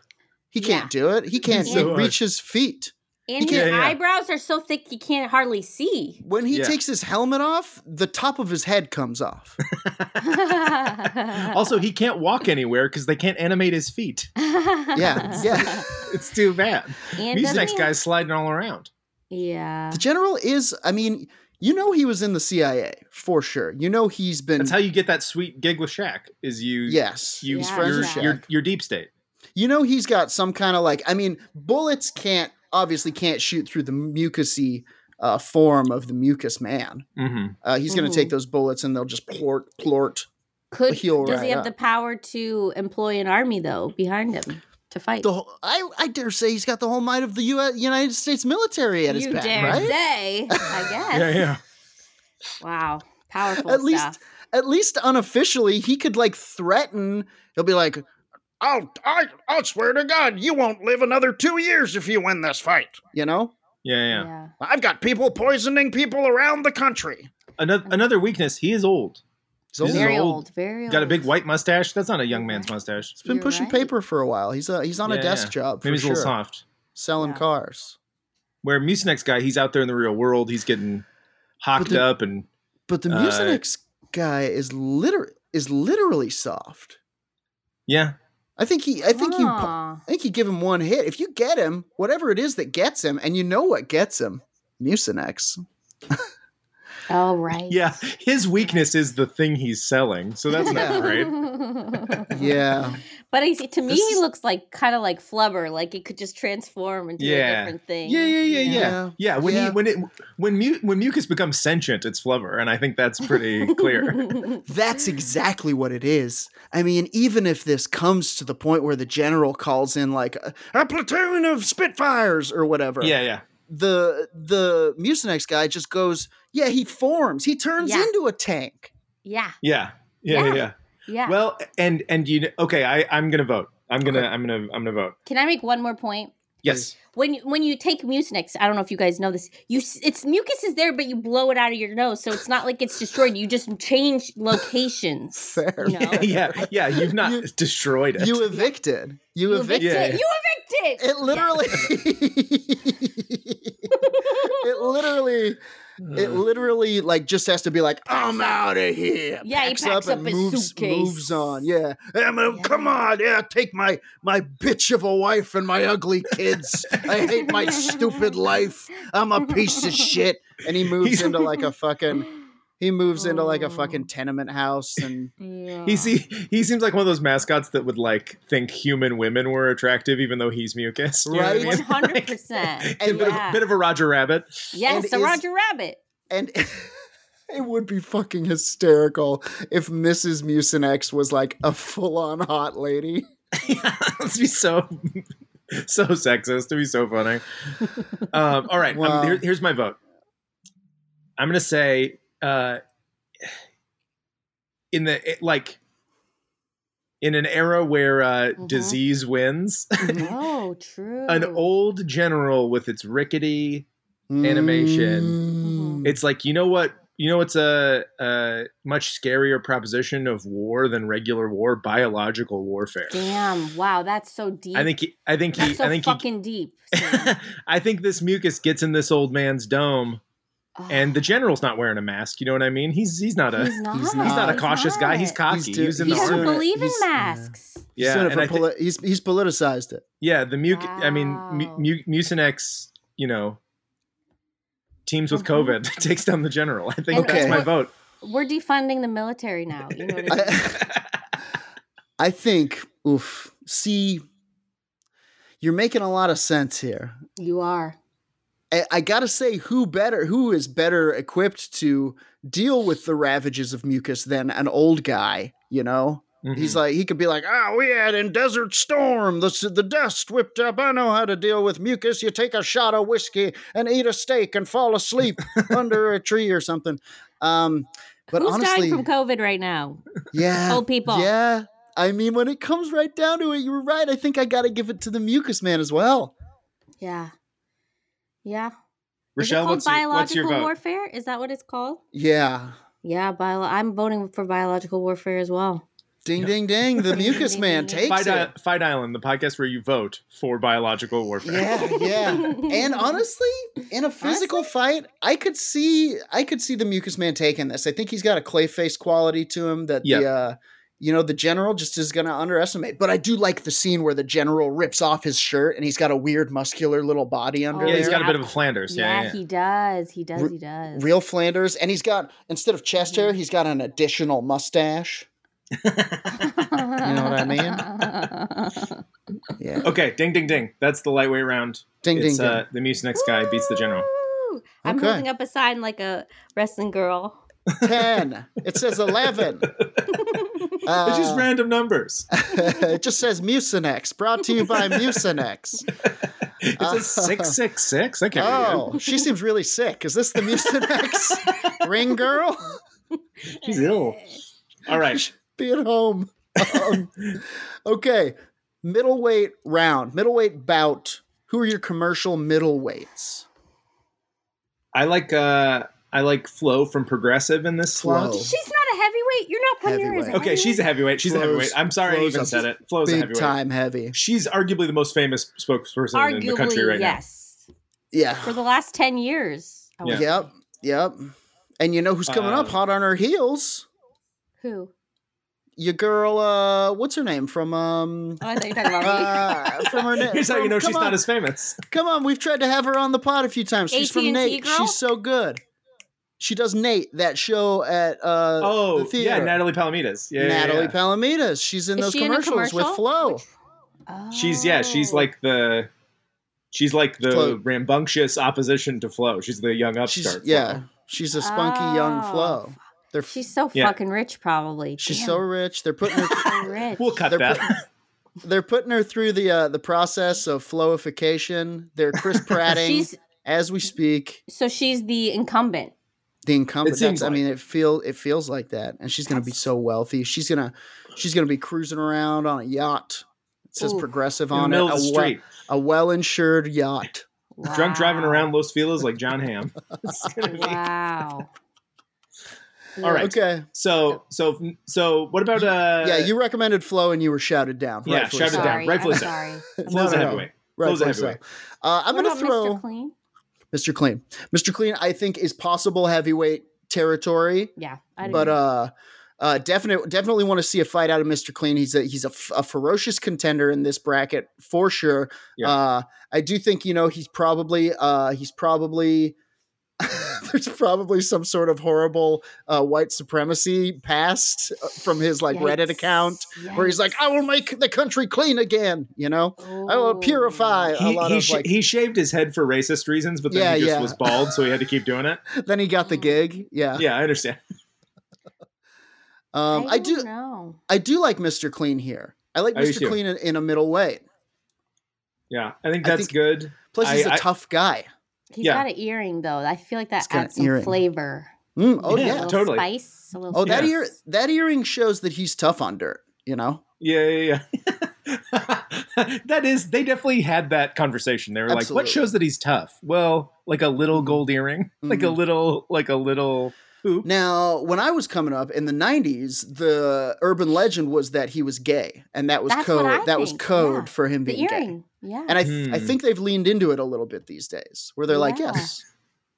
He can't do it. He can't
so
hard.
reach his feet.
And
Yeah,
his
yeah.
eyebrows are so thick you can't hardly see.
When he
Yeah.
takes his helmet off, the top of his head comes [laughs] off.
[laughs]
[laughs]
Also, he can't walk anywhere because they can't animate his feet. [laughs]
yeah, [laughs] yeah.
It's too bad.
And
These
doesn't
next
he-
guy's sliding all around.
Yeah.
The general is, I mean, you know he was in the CIA for sure. You know he's been
That's how you get that sweet gig with Shaq. Is you?
yes.
You,
He's Yeah,
your,
friends with
your,
Shaq.
your deep state.
You know he's got some kind of like I mean, bullets can't obviously can't shoot through the mucusy uh, form of the mucus man.
hmm
Uh, he's going to
Mhm.
take those bullets and they'll just plort plort.
Could
he'll
does he
right
have
up.
the power to employ an army though behind him to fight?
The whole, I I dare say he's got the whole might of the U.S. United States military at his
you
back,
dare
right? [laughs]
say? I guess.
Yeah, yeah.
Wow. Powerful
At least-
stuff.
At least unofficially, he could like threaten. He'll be like,
I'll, I, I'll swear to God, you won't live another two years if you win this fight.
you know,
Yeah, yeah.
I've got people poisoning people around the country.
Another another weakness. He is old.
So
He's
Very
old.
old. Very old.
Got a big white mustache. That's not a young man's mustache.
He's been
You're
pushing
right.
paper for a while. He's uh, he's on
Yeah,
a desk
yeah.
job.
Maybe
for
he's a little
sure.
soft.
Selling
Yeah.
cars.
Where Mucinex guy, he's out there in the real world. He's getting hocked
the-
up and
But the
Uh,
Mucinex guy is liter- is literally soft.
yeah,
I think he I think you pu- I
Aw.
think you give him one hit. If you get him, whatever it is that gets him, and you know what gets him, Mucinex.
All right. [laughs]
Yeah, his weakness is the thing he's selling, so that's
Yeah.
not great.
[laughs]
Yeah.
But I see, to me,
This
he
is-
looks like kind of like Flubber. Like it could just transform into a
Yeah.
different thing.
[laughs] Yeah, yeah, yeah, yeah,
Yeah.
yeah. when
Yeah.
he when it when mu- when mucus becomes sentient, it's flubber, and I think that's pretty clear.
[laughs] That's exactly what it is. I mean, even if this comes to the point where the general calls in like a, a platoon of Spitfires or whatever,
yeah, yeah.
the the Mucinex guy just goes, yeah, he forms, he turns
Yeah.
into a tank.
[laughs] yeah.
Yeah. Yeah,
Yeah.
yeah, yeah.
Yeah.
Well, and and you kn- okay, I I'm going to vote. I'm going to I'm going to I'm going to vote.
Can I make one more point?
Yes.
When you, when you take mucinex, I don't know if you guys know this. You s- it's mucus is there, but you blow it out of your nose, so it's not like it's destroyed. You just change locations.
[laughs]
Fair.
You know,
yeah, yeah, you've not
You-
destroyed it. [laughs]
You evicted. You,
you
evicted.
evicted.
Yeah.
You evicted.
It literally [laughs] It literally it literally like just has to be like I'm out of here.
Yeah, he packs up his
moves
suitcase.
moves on. Yeah. I'm gonna-
Yeah.
Come on. Yeah, take my my bitch of a wife and my ugly kids. I hate my stupid life. I'm a piece
[laughs]
of shit. And he moves
He's-
into like a fucking he moves into like a
Oh.
fucking tenement house and
Yeah.
he see, he seems like one of those mascots that would like think human women were attractive, even though he's mucus. You know what I
Right.
One
mean? [laughs]
hundred percent.
a bit, of, bit of a
[laughs]
Roger Rabbit. [laughs]
Yes,
And
a
is-
Roger Rabbit.
and [laughs] it would be fucking hysterical if Mrs. Mucinex was like a full-on hot lady.
yeah, let's be so so sexist. It'd be so funny. Um, all right, I'm-
Wow.
here- here's my vote. I'm gonna say uh, in the it, like in an era where uh,
Mhm.
disease wins,
Oh, true.
an old general with its rickety.
Mm.
Animation. It's like you know what you know what's a, a much scarier proposition of war than regular war, biological warfare.
Damn! Wow, that's so deep.
I think he, I think he
that's so
I think he [laughs]
fucking deep. Sam.
I think this mucus gets in this old man's dome,
Oh,
[laughs] and the general's not wearing a mask. You know what I mean? He's he's not a he's,
he's not.
he's
not a cautious guy. He's
not.
cocky.
He's
He's,
do-
in
He
the
he's
doesn't
doing it.
army.
believe in
He's-
masks.
He's,
Yeah,
doing it
and
for
I thi-
poli- he's he's politicized it.
yeah. The muc. I mean, mu-
Wow.
mu- mucinex. You know, teams with
Mhm.
COVID [laughs] takes down the general. I think
Okay.
that's my vote.
We're defunding the military now. You know
[laughs]
what I mean?
I, I think. Oof. See, you're making a lot of sense here.
you are.
I, I gotta say, who better? Who is better equipped to deal with the ravages of mucus than an old guy? You know,
Mm-hmm.
he's like he could be like, "Ah, we had in Desert Storm. The s- the dust whipped up. I know how to deal with mucus. You take a shot of whiskey and eat a steak and fall asleep
[laughs]
under a tree or something." Um, but
Who's
honestly,
dying from oh, COVID right now?
yeah,
Old people.
Yeah, I mean, when it comes right down to it, you were right. I think I gotta give it to the mucus man as well.
Yeah. Yeah.
Rochelle,
Is it called
what's your,
biological
what's your vote?
warfare? Is that what it's called?
Yeah.
Yeah, bio- I'm voting for biological warfare as well.
Ding ding
[laughs]
ding! The mucus man takes
Fight,
it.
I- Fight Island, the podcast where you vote for biological warfare.
Yeah, yeah.
[laughs]
And honestly, in a physical fight, I could see I could see the mucus man taking this. I think he's got a clay face quality to him that the
Yeah.
uh, you know the general just is going to underestimate. But I do like the scene where the general rips off his shirt and he's got a weird muscular little body under
Oh,
Yeah,
there.
he's got a bit of a Flanders.
Yeah,
Yeah, yeah.
he does. He does.
Re-
he does. [laughs]
Real Flanders, and he's got instead of chest hair, he's got an additional mustache.
you
know what
[laughs]
I
mean?
Yeah,
[laughs] Okay, ding, ding, ding. That's the lightweight round.
ding ding
it's
ding.
uh, the Mucinex guy beats the general.
Woo! I'm
Okay.
holding up a sign like a wrestling girl.
Ten. It says eleven.
[laughs] it's
Uh,
just random
[laughs]
numbers.
it just says Mucinex, brought to you by Mucinex.
It's
Uh,
a six six six. I can't
Oh, she seems really sick. Is this the
[laughs]
Mucinex ring girl?
read it. She's ill. All right.
Be at home. Um, okay, middleweight round, middleweight bout. Who are your commercial middleweights?
I like uh I like Flo from Progressive in this slot.
Flo.
She's not a heavyweight. You're not putting her as a
Heavyweight.
Okay, she's a heavyweight. She's
Flo's-
a heavyweight. I'm sorry
Flo's
I even
a
said it. Flo's a
Big
heavyweight.
time heavy.
She's arguably the most famous spokesperson
Arguably,
in the country right
yes.
Yeah.
For the last ten years. I would-
Yep. Yep. And you know who's coming up
Um,
hot on her heels?
Who?
Your girl, uh, what's her name from um
[laughs] Oh, I thought you were talking about me.
uh, from her
now.
name?
Here's how you know [laughs] she's
on.
not as famous.
Come on, we've tried to have her on the pod a few times. She's from
AT&T
Nate.
girl?
She's so good. she does Nate that show at uh,
oh,
the theater.
yeah, Natalie Palomitas. Yeah, yeah,
Natalie
yeah.
Palomitas. She's in
Is
those
she in a
commercials with
commercial?
Flo.
Which- Oh.
She's yeah, she's like the she's like the
Flo.
rambunctious opposition to Flo. She's the young upstart.
she's
Flo.
yeah, she's a spunky young
Oh.
Flo. They're she's,
She's so
Yeah.
fucking rich, probably. Damn,
so rich.
[laughs]
They're putting her
so rich.
We'll cut
They're
that. [laughs]
they're putting her through the uh, the process of Floification.
[laughs]
They're Chris Pratting
She's
as we speak.
so she's the incumbent.
The incumbent.
It
that's-
seems
I
like
mean, it feel it feels like that, and she's gonna be so wealthy. She's gonna she's gonna be cruising around on a yacht. It says
Ooh.
progressive
in the
on it.
middle
A,
of the
wel-
street,
a well-insured yacht.
drunk driving
Wow.
around Los Feliz like John Hamm. It's [laughs] gonna be-
Wow.
All right.
Okay.
So so so what about uh
yeah, you recommended Flo, and you were shouted down.
Yeah,
rightfully
shouted
so.
down.
Sorry,
rightfully
I'm
so. [laughs]
sorry.
No,
Flo's
no,
a
no.
heavyweight. Flo's a
Rightfully so.
heavyweight.
Uh, I'm
What
going to
about
throw
Mr. Clean.
Mr. Clean. Mr. Clean, I think, is possible heavyweight territory,
Yeah, I
but uh, uh, definitely, definitely want to see a fight out of Mr. Clean. He's a he's a, f- a ferocious contender in this bracket for sure.
Yeah.
Uh, I do think you know he's probably uh, he's probably. [laughs] There's probably some sort of horrible uh, white supremacy past uh, from his like Reddit account where he's like, "I will make the country clean again," you know. I will purify a
He,
lot
he,
of
sh-
like.
he shaved his head for racist reasons, but then
Yeah,
he just
yeah.
was bald, so he had to keep
[laughs]
doing it.
then he got the gig. Yeah.
Yeah, I understand.
Um, I, do.
Oh. know.
I do like Mr. Clean here. I like
I do
Mr.
too.
Clean in, in a middle weight.
Yeah, I think
I
that's
think-
good.
Plus, he's a
I- I-
tough guy.
He's
Yeah.
got an earring though. I feel like that
He's got
adds
an
some
earring.
flavor.
Mm, oh
A
yeah.
Yeah.
little
totally.
Spice. A little
Oh, that
spice.
ear that earring shows that he's tough on dirt. You know,
Yeah, yeah, [laughs] yeah. that is, they definitely had that conversation. They were like, "What
Absolutely.
shows that he's tough?" Well, like a little gold earring, [laughs] like a
Mhm.
little, like a little hoop.
now when I was coming up in the '90s, the urban legend was that he was gay, and that was
That's what
code.
I
That was
think,
code
yeah.
for him
The
being gay.
earring. Yeah.
And I, th- I
Hmm.
think they've leaned into it a little bit these days, where they're like,
Yeah.
"Yes,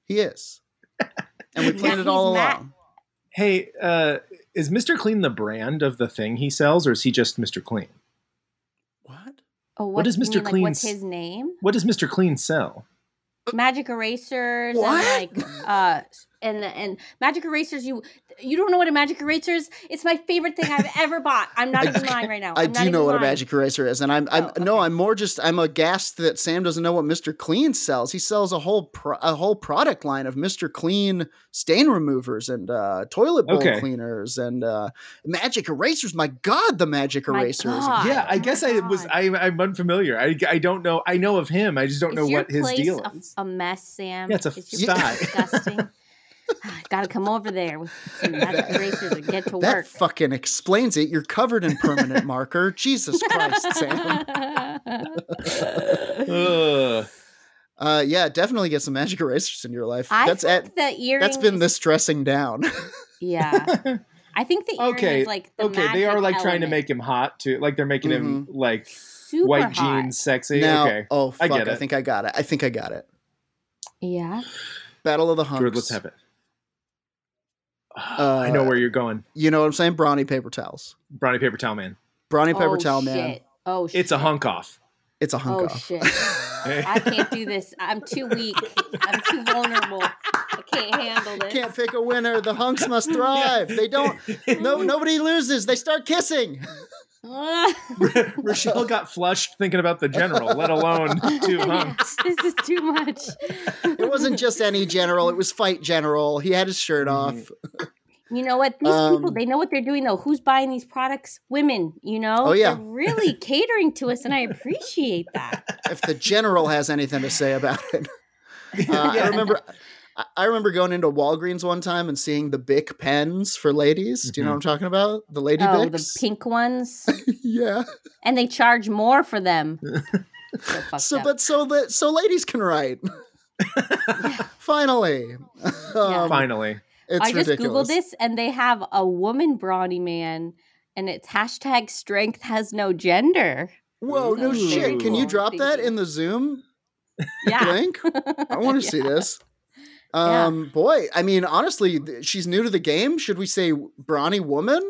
he is," and
[laughs]
we
Yeah,
planned it
he's
all
Matt.
along.
Hey, uh, is Mister Clean the brand of the thing he sells, or is he just Mister Clean?
What?
oh, what,
does
you mean,
Mr.
Like, what's
Clean's- Uh,
his name?
What does Mister Clean sell?
Magic erasers
What?
and like uh and and magic erasers. You you don't know what a magic eraser is? It's my favorite thing I've ever bought.
[laughs]
I'm not
I-
even lying right now.
I
Oh, I'm not
do know
even
what a
lying.
magic eraser is, and I'm, I'm
Oh,
no,
okay.
I'm more just I'm aghast that Sam doesn't know what Mister Clean sells. He sells a whole pro- a whole product line of Mister Clean stain removers and uh, toilet bowl
Okay.
cleaners and uh, magic erasers. My God, the magic
My
erasers!
God.
yeah, I
Oh my
guess I was.
God.
I, I'm unfamiliar. I, I don't know. I know of him. I just don't
Is
know
your
what his
place
deal
a, [laughs]
is.
a mess, Sam.
Yeah, it's a
Is your place
[laughs] sty.
disgusting. Got to come over there with
[laughs]
some magic erasers and get to
That
work.
fucking explains it. You're covered
[laughs]
in permanent marker. Jesus
[laughs]
Christ, Sam.
Ugh.
Uh, yeah, definitely get some magic erasers in your life.
I
that's
think
at,
the earring.
that's been
is-
this dressing down.
[laughs]
Yeah, I think the earring
Okay,
is like the
okay, they are
magic
like trying to
element.
make him hot too. Like they're making him like
Super hot.
white jeans sexy.
now,
okay.
oh
I
fuck,
get
I
it.
think I got it. I think I got it.
Yeah,
Battle of the Hunks.
Druid, let's have it. I know
Uh,
where you're going.
You know what I'm saying? Brawny paper towels.
Brownie paper towel man.
Brawny paper
oh,
towel,
shit.
man.
Oh, shit.
It's a hunk off.
It's a hunk
Oh
off. [laughs]
shit. I
[laughs]
can't do this. I'm too weak. I'm too vulnerable. I can't handle this.
Can't pick a winner. The hunks must thrive. They don't.
[laughs]
No, nobody loses. They start kissing.
[laughs] Rochelle got flushed thinking about the general, let alone
[laughs]
two hunks.
[laughs] this is too much.
It wasn't just any general. It was fight general. He had his shirt
Mm-hmm.
off.
You know what? These people,
Um,
they know what they're doing though. Who's buying these products? Women, you know?
Oh, yeah.
They're
[laughs]
really catering to us, and I appreciate that.
If the general has anything to say about
[laughs]
it, uh, I remember. I- I remember going into Walgreens one time and seeing the Bic pens for ladies. Do you know
Mm-hmm.
what I'm talking about? The lady
oh,
Bics.
the pink ones.
[laughs] yeah.
and they charge more for
[laughs]
them. So fucked
So,
up.
but so that so ladies
[laughs]
can write. [laughs] Finally, Um,
Finally.
it's
I just
ridiculous.
Googled this and they have a woman brawny man and it's hashtag strength has no gender.
Whoa, no
Ooh.
shit! Can you drop that in the Zoom
[laughs] Yeah.
link? I want to see this.
Yeah.
Um, boy, I mean, honestly, th- she's new to the game. Should we say brawny woman?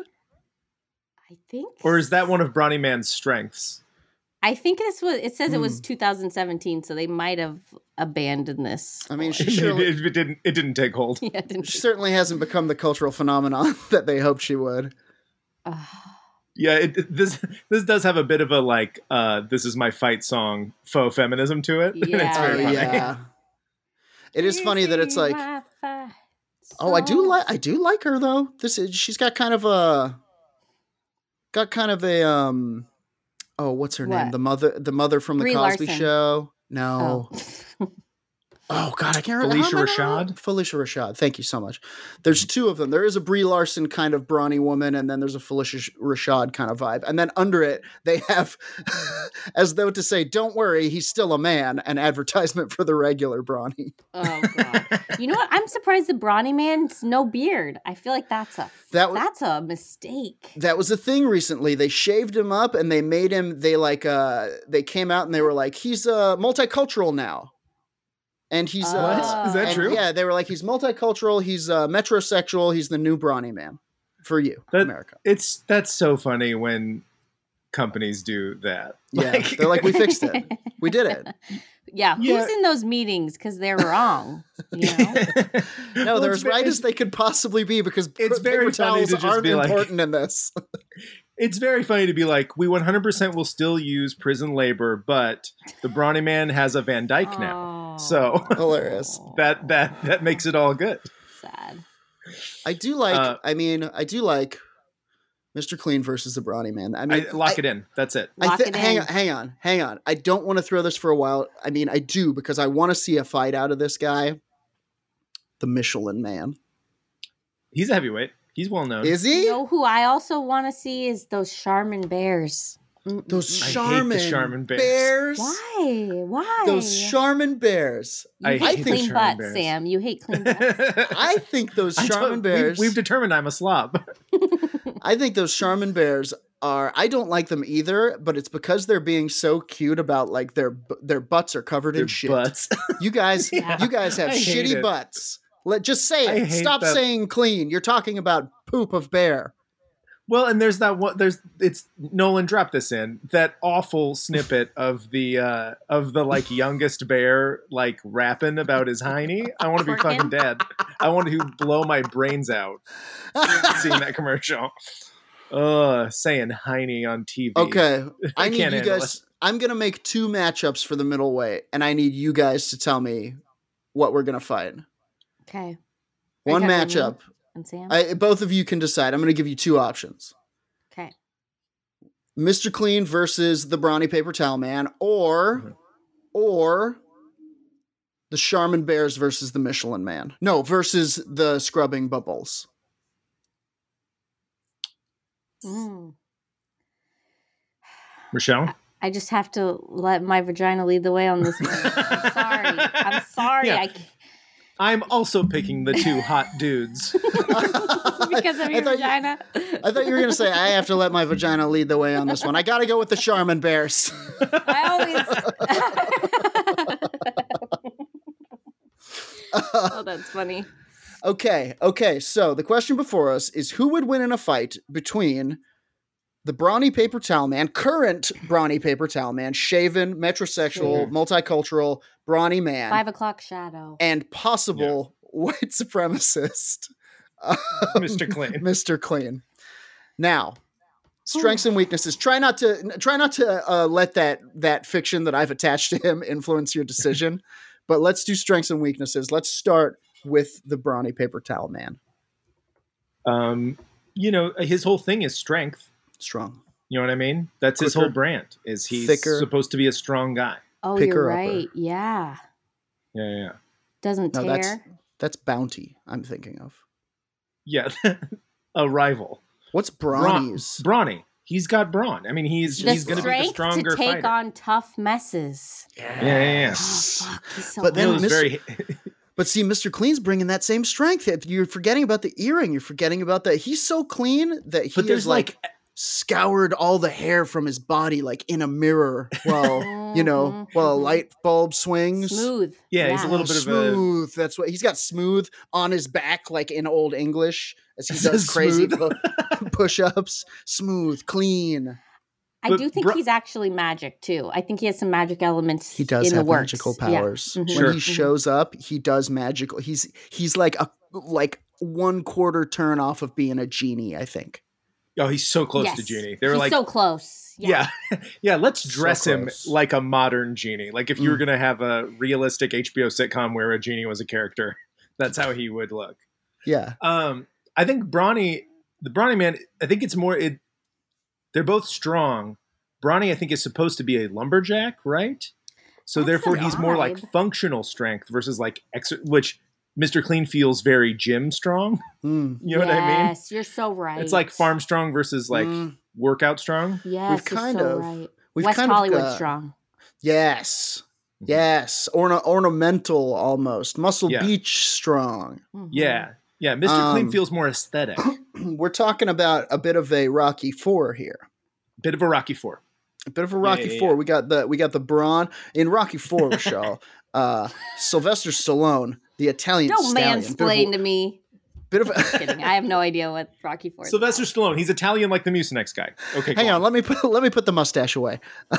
I think
Or is that one of Brawny Man's strengths? [laughs]
I think this was. It says it was
Hmm.
2017, so they might have abandoned this.
I mean, she
It,
surely,
it- it didn't. It didn't take hold.
[laughs] yeah, didn't
she certainly hasn't become the cultural phenomenon [laughs] that they hoped she would.
Ah.
Yeah, it, this this does have a bit of a like uh this is my fight song faux feminism to it. [laughs]
Yeah.
it's
Oh,
very funny.
yeah. [laughs] It is funny that it's like,
My fight
oh, I do
song.
like, I do like her though. This is, she's got kind of a, got kind of a, um, oh, what's her name?
What?
The mother, the mother from the
Brie
Cosby
Larson.
Show. No.
Oh.
Oh God, I can't
Felicia
how am I not-
Rashad? Mm.
Felicia Rashad. Thank you so much. There's two of them. There is a Brie Larson kind of brawny woman, and then there's a Felicia Sh- Rashad kind of vibe. And then under it, they have, [laughs] as though to say, "Don't worry, he's still a man." An advertisement for the regular brawny.
[laughs] Oh god. you know what? I'm surprised the brawny man's no beard. I feel like that's a
That w-
that's a mistake.
That was a thing recently. They shaved him up, and they made him. They like, uh, they came out and they were like, "He's uh, multicultural now," and he's uh,
What?
Is that
and-
true?
Yeah, they were like, "He's multicultural. He's uh, metrosexual. He's the new brawny man." For you,
That-
America.
It's that's so funny when companies do that.
Yeah,
Like-
they're like, we fixed it.
[laughs]
[laughs]
We did it.
yeah, who's
Yeah.
in those meetings because they're wrong.
[laughs]
You know?
No,
Well,
they're
it's
as
ve-
right
it's-
as they could possibly be because
it's
paper
very funny
towels
to just
aren't
be like-
important in
[laughs]
this.
it's very funny to be like, we 100% will still use prison labor, but the brawny man has a Van Dyke now.
Oh.
So
Hilarious.
[laughs] that that that makes it all good.
sad.
I do like.
Uh,
I mean, I do like Mr. Clean versus the Brawny Man. I mean,
I, lock it in. That's it.
I
Lock
thi-
it
hang
in.
on, hang on, hang on. I don't want to throw this for a while. I mean, I do because I want to see a fight out of this guy, the Michelin Man.
He's a heavyweight. He's well known.
Is
You
he?
know who I also want to see is those Charmin bears. Mm,
Those
mm,
I hate the
Charmin,
Charmin
mm.
bears.
bears.
why? Why?
Those Charmin bears.
you
I
hate
hate the
clean
Charmin
butts,
bears.
Sam. You hate clean
[laughs]
butts.
I
I
[laughs]
think those
don't-
Charmin
we've-
bears.
We've, determined I'm a slob.
I think those Charmin bears are. I don't like them either, but it's because they're being so cute about like their bu- their butts are covered in
Their
shit.
butts. [laughs]
You guys,
Yeah.
you guys have
I hate
shitty
it.
butts. Let just say
I
it.
hate
Stop
them.
saying clean. You're talking about poop of bear.
Well, and there's that one. There's it's Nolan dropped this in that awful snippet of the uh of the like youngest bear like rapping about his hiney. I want to be fucking dead. I want to blow my brains out seeing that commercial. Uh, saying hiney on TV.
[laughs]
[laughs]
okay, I
I
need
can't
you
handle
guys. I'm gonna make two matchups for the middleweight, and I need you guys to tell me what we're gonna fight.
okay. Are you
One
talking to me
matchup.
And Sam.
I, both of you can decide. I'm gonna give you two options.
okay.
Mr. Clean versus the Brawny Paper Towel Man, or or the Charmin Bears versus the Michelin Man. No, versus the Scrubbing Bubbles.
Mm.
Michelle.
I just have to let my vagina lead the way on this one. I'm sorry. I'm sorry.
[laughs] Yeah.
I
[laughs]
can't.
I'm also picking the two hot
[laughs]
[laughs]
dudes.
because of your
thought you-
vagina.
I thought you were gonna say I have to let my vagina lead the way on this one. I gotta go with the Charmin Bears.
I always. [laughs] oh, that's funny.
okay, okay. So the question before us is who would win in a fight between the Brawny Paper Towel Man, current Brawny Paper Towel Man, shaven, metrosexual, multicultural, brawny man,
Five o'clock shadow.
and possible white supremacist,
Mr. Clean.
Mr. Clean. Now, strengths and weaknesses. Try not to n- try not to uh, let that that fiction that I've attached to him influence your decision. but let's do strengths and weaknesses. Let's start with the brawny paper towel man.
Um, you know his whole thing is strength.
Strong.
You know what I mean? That's his
Quicker.
whole brand. Is he's
Thicker.
supposed to be a strong guy?
Oh,
pick
you're
her up or-
right. Yeah.
Yeah, yeah, yeah.
Doesn't
No,
tear.
that's that's bounty. I'm thinking of
Yeah, [laughs] a rival.
what's
Brawn-
brawny's.
Brawny. He's got brawn. I mean, he's
the
he's going to be the
strength
stronger
to take
fighter.
on tough messes.
yeah, yeah, yeah.
Oh, fuck, he's so
But
You know,
then
good.
it's
Mr.
very
Ah, But see, Mr. Clean's bringing that same strength. You're forgetting about the earring. You're forgetting about that. He's so clean that he
But there's
is like, scoured all the hair from his body like in a mirror while you
[laughs]
know
Mhm,
while a
mhm.
light bulb swings.
smooth.
yeah, he's a little bit of
smooth. That's what he's got. Smooth on his back, like in old English, as he
It
does
says
crazy [laughs]
smooth.
pu- push-ups. Smooth, clean.
I
But
do think
Bri-
he's actually magic too. I think he has some magic elements.
He does
in
have
the works.
magical
Yeah.
powers.
Mhm.
When
Sure.
he shows up, he does magical. He's he's like a like one quarter turn off of being a genie. I think.
Oh, he's so close to
Yes.
Genie. They were
He's
like,
so close. Yeah.
yeah, yeah, let's
So
dress him
close. Hmm.
like a modern Genie. Like if you were going to have a realistic HBO sitcom where a Genie was a character, [laughs] that's how he would look.
Yeah,
Um, I think Brawny, the Brawny man, I think it's more. It, they're both strong. Brawny, I think, is supposed to be a lumberjack, right? So
That's the
therefore, he's more like
vibe.
functional strength versus like ex, which Mister Clean feels very gym strong.
Mm.
[laughs] You know what I mean?
Yes, you're so right.
It's like farm strong versus like
Mm.
workout strong.
Yes, you're
kind
so
of-
right.
We've
West
kind of
Hollywood
got-
strong.
Yes,
Mhm.
yes, Orna- ornamental almost muscle
Yeah.
beach strong. [clears throat]
Mhm.
Yeah, yeah. Mister Clean
Um,
feels more
[coughs]
aesthetic.
We're talking about a bit of a Rocky Four here.
Bit of a Rocky Four.
a bit of a
Yeah,
Rocky
yeah,
Four.
yeah.
We got the we got the brawn in Rocky Four,
[laughs]
Michelle. uh, Sylvester Stallone, the Italian
Don't
stallion.
mansplain to me.
Bit of a,
[laughs]
bit
Just
of a-
kidding. I have no idea what Rocky Ford.
Sylvester Stallone. He's Italian like the Mucinex guy. Okay,
hang
go
on. Let me put [laughs] let me put the mustache away. [laughs]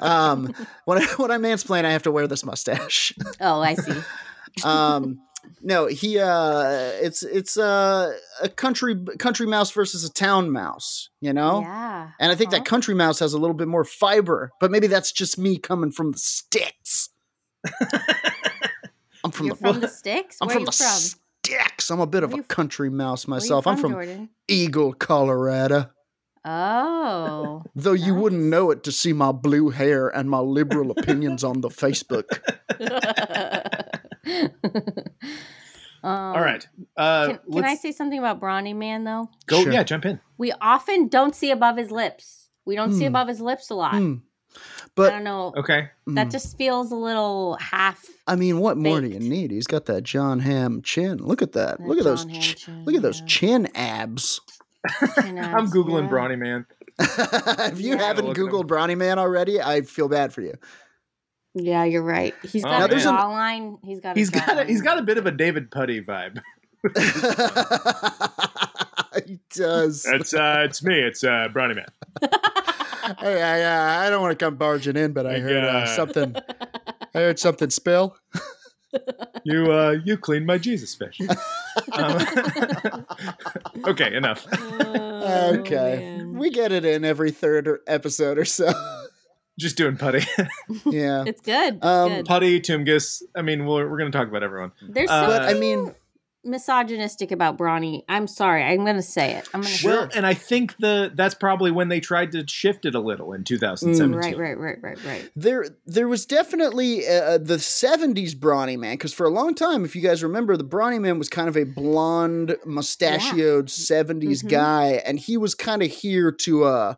um, when I, when I mansplain, I have to wear this mustache. [laughs]
Oh, I see.
Um, no, he uh, it's it's uh, a country country mouse versus a town mouse. You know.
Yeah.
And I think
Uh-huh.
that country mouse has a little bit more fiber, but maybe that's just me coming from
[laughs]
the sticks. I'm from
You're
the [laughs]
from the sticks.
I'm
Where
from
are you
the
from?
sticks. I'm a bit of
Where
a
you f-
country mouse
Where you
myself. I'm from
Jordan.
Eagle, Colorado.
Oh, [laughs]
Though you wouldn't know it to see my blue hair and
[laughs]
my liberal opinions on the Facebook.
All right. Uh,
Um, Can, can
let's
I say something about Brawny Man though?
go.
Sure.
Yeah, jump in.
We often don't see above his lips. We don't see
Hmm.
above his lips a lot.
Hmm.
I don't
But
know.
Okay.
That
mm,
just feels a little half.
I mean, what more do you
baked.
need? He's got that John Ham chin. Look at that. look at those.
John
Ch-
Hanson,
look at those
yeah.
chin abs. [laughs]
Chin
I'm
abs,
googling
yeah.
Brawny man.
if you
Yeah.
haven't
Look at him.
Googled Brownie Man already, I feel bad for you. [laughs]
Yeah, you're right. He's
Oh,
got a
man.
jawline. He's got.
He's
a
got a,
jawline.
he's got a bit of a David Putty vibe.
he does.
It's uh, it's me. It's uh, Brownie man.
hey, I, uh, I don't want to come barging in, but I
Like,
heard uh,
uh,
something. I heard something spill.
You uh, you cleaned my Jesus fish. [laughs] Um, [laughs] okay, enough.
Oh,
Okay,
man.
we get it in every third or episode or so. [laughs]
Just doing Putty.
yeah,
It's good. It's
Um,
good.
Putty, Tumgus. I mean, we're, we're gonna talk about everyone.
There's
uh,
so
but I mean,
misogynistic about Brawny. I'm sorry. I'm gonna say it. I'm gonna.
Sure.
say
Well, and I think the that's probably when they tried to shift it a little in 2017.
it. Mm, Right, right, right, right, right.
there there was definitely uh, the '70s Brawny Man because for a long time, if you guys remember, the Brawny Man was kind of a blonde, mustachioed '70s
Mm-hmm.
Mhm.
guy, and he was kind of here to uh,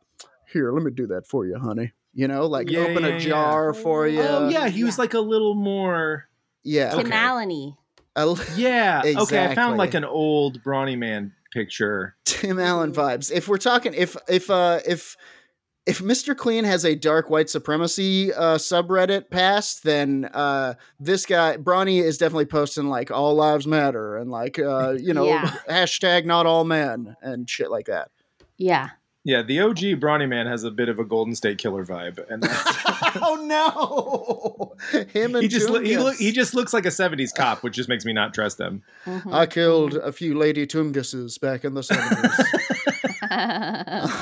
here. Let me do that for you, honey. You know, like
Yeah,
open
yeah, yeah.
a jar for you.
Oh yeah, he was
Yeah.
like a little more.
yeah.
Okay.
Canality.
I l-
Yeah. Okay, I found
Exactly.
like an old Brawny man picture.
Tim Allen vibes. If we're talking, if if uh if if Mr. Clean has a dark white supremacy uh, subreddit past, then uh, this guy Brawny is definitely posting like all lives matter and like uh, you know
Yeah.
[laughs] hashtag not all men and shit like that.
Yeah.
Yeah, the OG Brawny man has a bit of a Golden State Killer vibe, and that's,
oh no, [laughs] him and
he just lo- he,
Tungus.
look he just looks like a 70s cop, which just makes me not trust him.
Mhm.
I killed a few lady Tunguses back in
[laughs]
the seventies.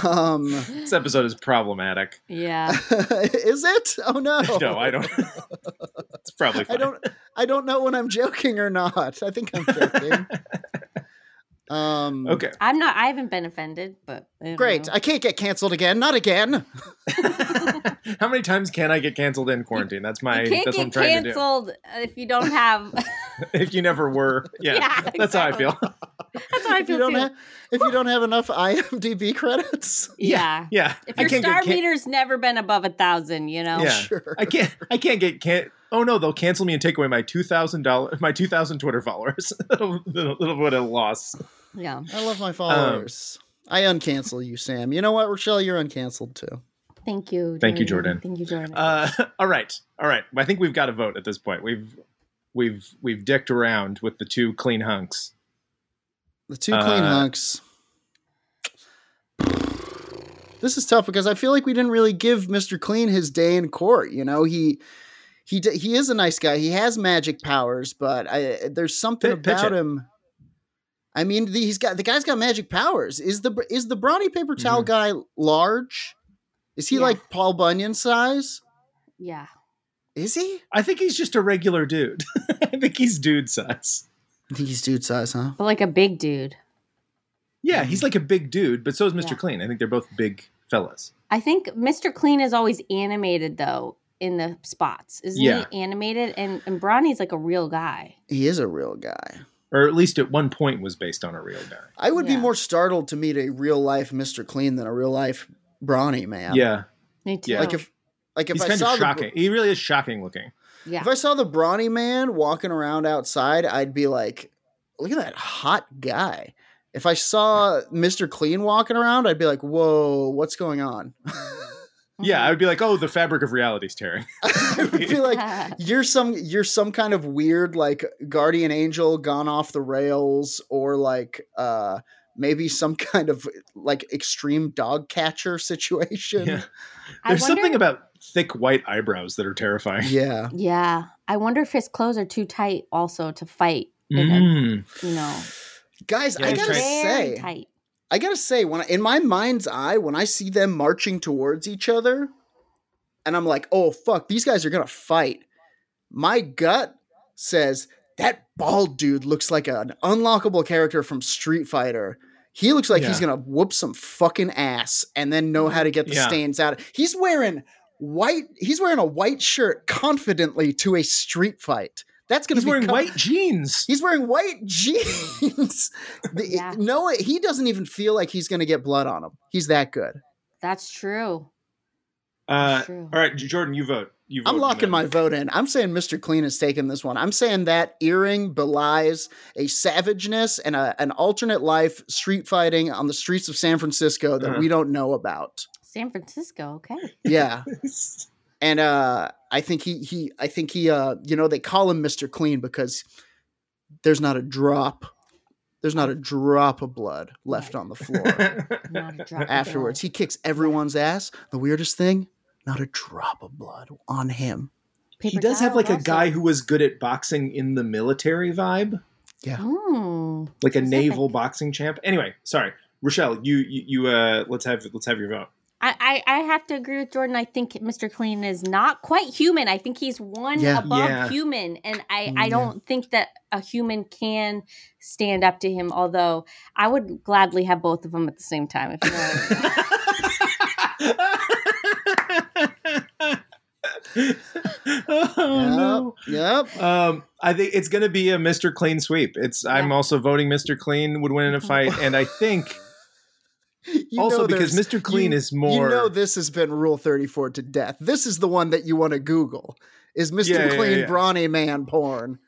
um,
This episode is problematic.
Mm-hmm. [laughs] yeah.
[laughs] is it? [laughs] Oh no,
No, I don't. it's probably.
I
Fine.
don't I don't know when I'm joking or not. I think I'm
[laughs]
joking. um [laughs]
Okay.
I'm not. I haven't been offended, but I don't
Great.
know.
I can't get canceled again. Not again.
How many times can I get canceled in quarantine? That's my.
you can't
That's what I'm
get
trying
canceled if you don't have.
to do. If you never were, [laughs]
[laughs]
yeah,
Yeah,
that's how I
exactly.
feel.
that's how I
If you
feel too.
don't have if you don't have enough IMDb credits.
yeah.
Yeah,
If
I
your
can't
star
get. Can-
meter's never been above a thousand, you know.
yeah,
Sure.
I can't. I can't get can. Oh no, they'll cancel me and take away my two thousand dollars, my two thousand Twitter followers. [laughs] little, little, little what a loss.
Yeah.
I love
Um,
my followers. I uncancel you, Sam. You know what, Rochelle? You're uncanceled too.
Thank you.
Thank you, Jordan.
Thank you, Jordan.
Uh, [laughs] all right, all right. I think we've got a vote at this point. We've we've we've dicked around with the two clean hunks.
The two clean
Uh,
hunks. this is tough because I feel like we didn't really give Mr. Clean his day in court. You know, he he d- he is a nice guy. He has magic powers, but I there's something
Pitch- pitch
about
it.
him. I mean, the, he's got the guy's got magic powers. Is the is the brawny paper towel guy large? Is he
Yeah.
like Paul Bunyan size?
Yeah.
Is he?
I think he's just a regular dude. [laughs] I think he's dude size.
I think he's dude size, huh?
But like a big dude.
Yeah,
Mhm.
he's like a big dude, but so is Mr.
Yeah.
Clean. I think they're both big fellas.
I think Mr. Clean is always animated though in the spots. Isn't
Yeah.
he animated? And and Bronny's like a real guy.
He is a real guy.
Or at least at one point was based on a real guy.
I would
Yeah.
be more startled to meet a real life Mr. Clean than a real life brawny man.
Yeah.
Me too.
Yeah.
Like if like if
he's
I
kind
saw
of
the br-
shocking. he really is shocking looking.
yeah.
If I saw the brawny man walking around outside, I'd be like, look at that hot guy. If I saw Mr. Clean walking around, I'd be like, whoa, what's going on? [laughs] Mhm.
Yeah, I would be like, oh, the fabric of reality's tearing.
I'd be like, you're some you're some kind of weird like guardian angel gone off the rails or like uh maybe some [laughs] kind of like extreme dog catcher situation.
Yeah. [laughs]
Yeah.
I
There's
wonder-
something about thick white eyebrows that are terrifying.
[laughs] Yeah. I wonder if his clothes are too tight also to fight. In
Mm.
a, you know.
Guys,
Yeah,
I
he's
got to
trying-
Very
say
tight.
I gotta say, when I, in my mind's eye, when I see them marching towards each other, and I'm like, "Oh fuck, these guys are gonna fight," my gut says that bald dude looks like an unlockable character from Street Fighter. He looks like he's
Yeah.
gonna whoop some fucking ass and then know how to get the
Yeah.
stains out. He's wearing white. He's wearing a white shirt confidently to a street fight. That's gonna
He's
be
wearing
co-
white jeans.
He's wearing white jeans. The-
Yeah.
No, he doesn't even feel like he's going to get blood on him. He's that good.
That's true.
Uh,
True.
all right, J- Jordan, you vote. You vote
I'm
in a
locking my
minute.
vote in. I'm saying Mr. Clean is taking this one. I'm saying that earring belies a savageness and a, an alternate life street fighting on the streets of San Francisco that
Uh-huh.
we don't know about.
San Francisco. Okay.
Yeah. and uh I think he he I think he uh you know they call him Mr. Clean because there's not a drop there's not a drop of blood left on the floor.
Not a drop of
[laughs] afterwards.
blood.
He kicks everyone's ass. The weirdest thing, not a drop of blood on him.
he
Paper
does have
towel
like a
also.
guy who was good at boxing in the military vibe,
Mm.
like a
Specific.
naval boxing champ. Anyway, sorry, Rochelle, you you, you uh, let's have let's have your vote.
I, I I have to agree with Jordan. I think Mr. Clean is not quite human. I think he's one
Yeah.
above
Yeah. Mm-hmm.
human, and I
Mm,
I
yeah.
don't think that a human can stand up to him. Although I would gladly have both of them at the same time. If you know what I mean.
[laughs] oh no.
Yep.
Um, I think it's going to be a Mr. Clean sweep. It's I'm
Yeah.
also voting Mr. Clean would win [laughs] in a fight, and I think
You know
also because
there's-
Mr. Clean is more.
You know this has been Rule 34 to death. This is the one that you want to Google. Is Mr.
Yeah, yeah,
Clean
yeah.
Brawny Man porn?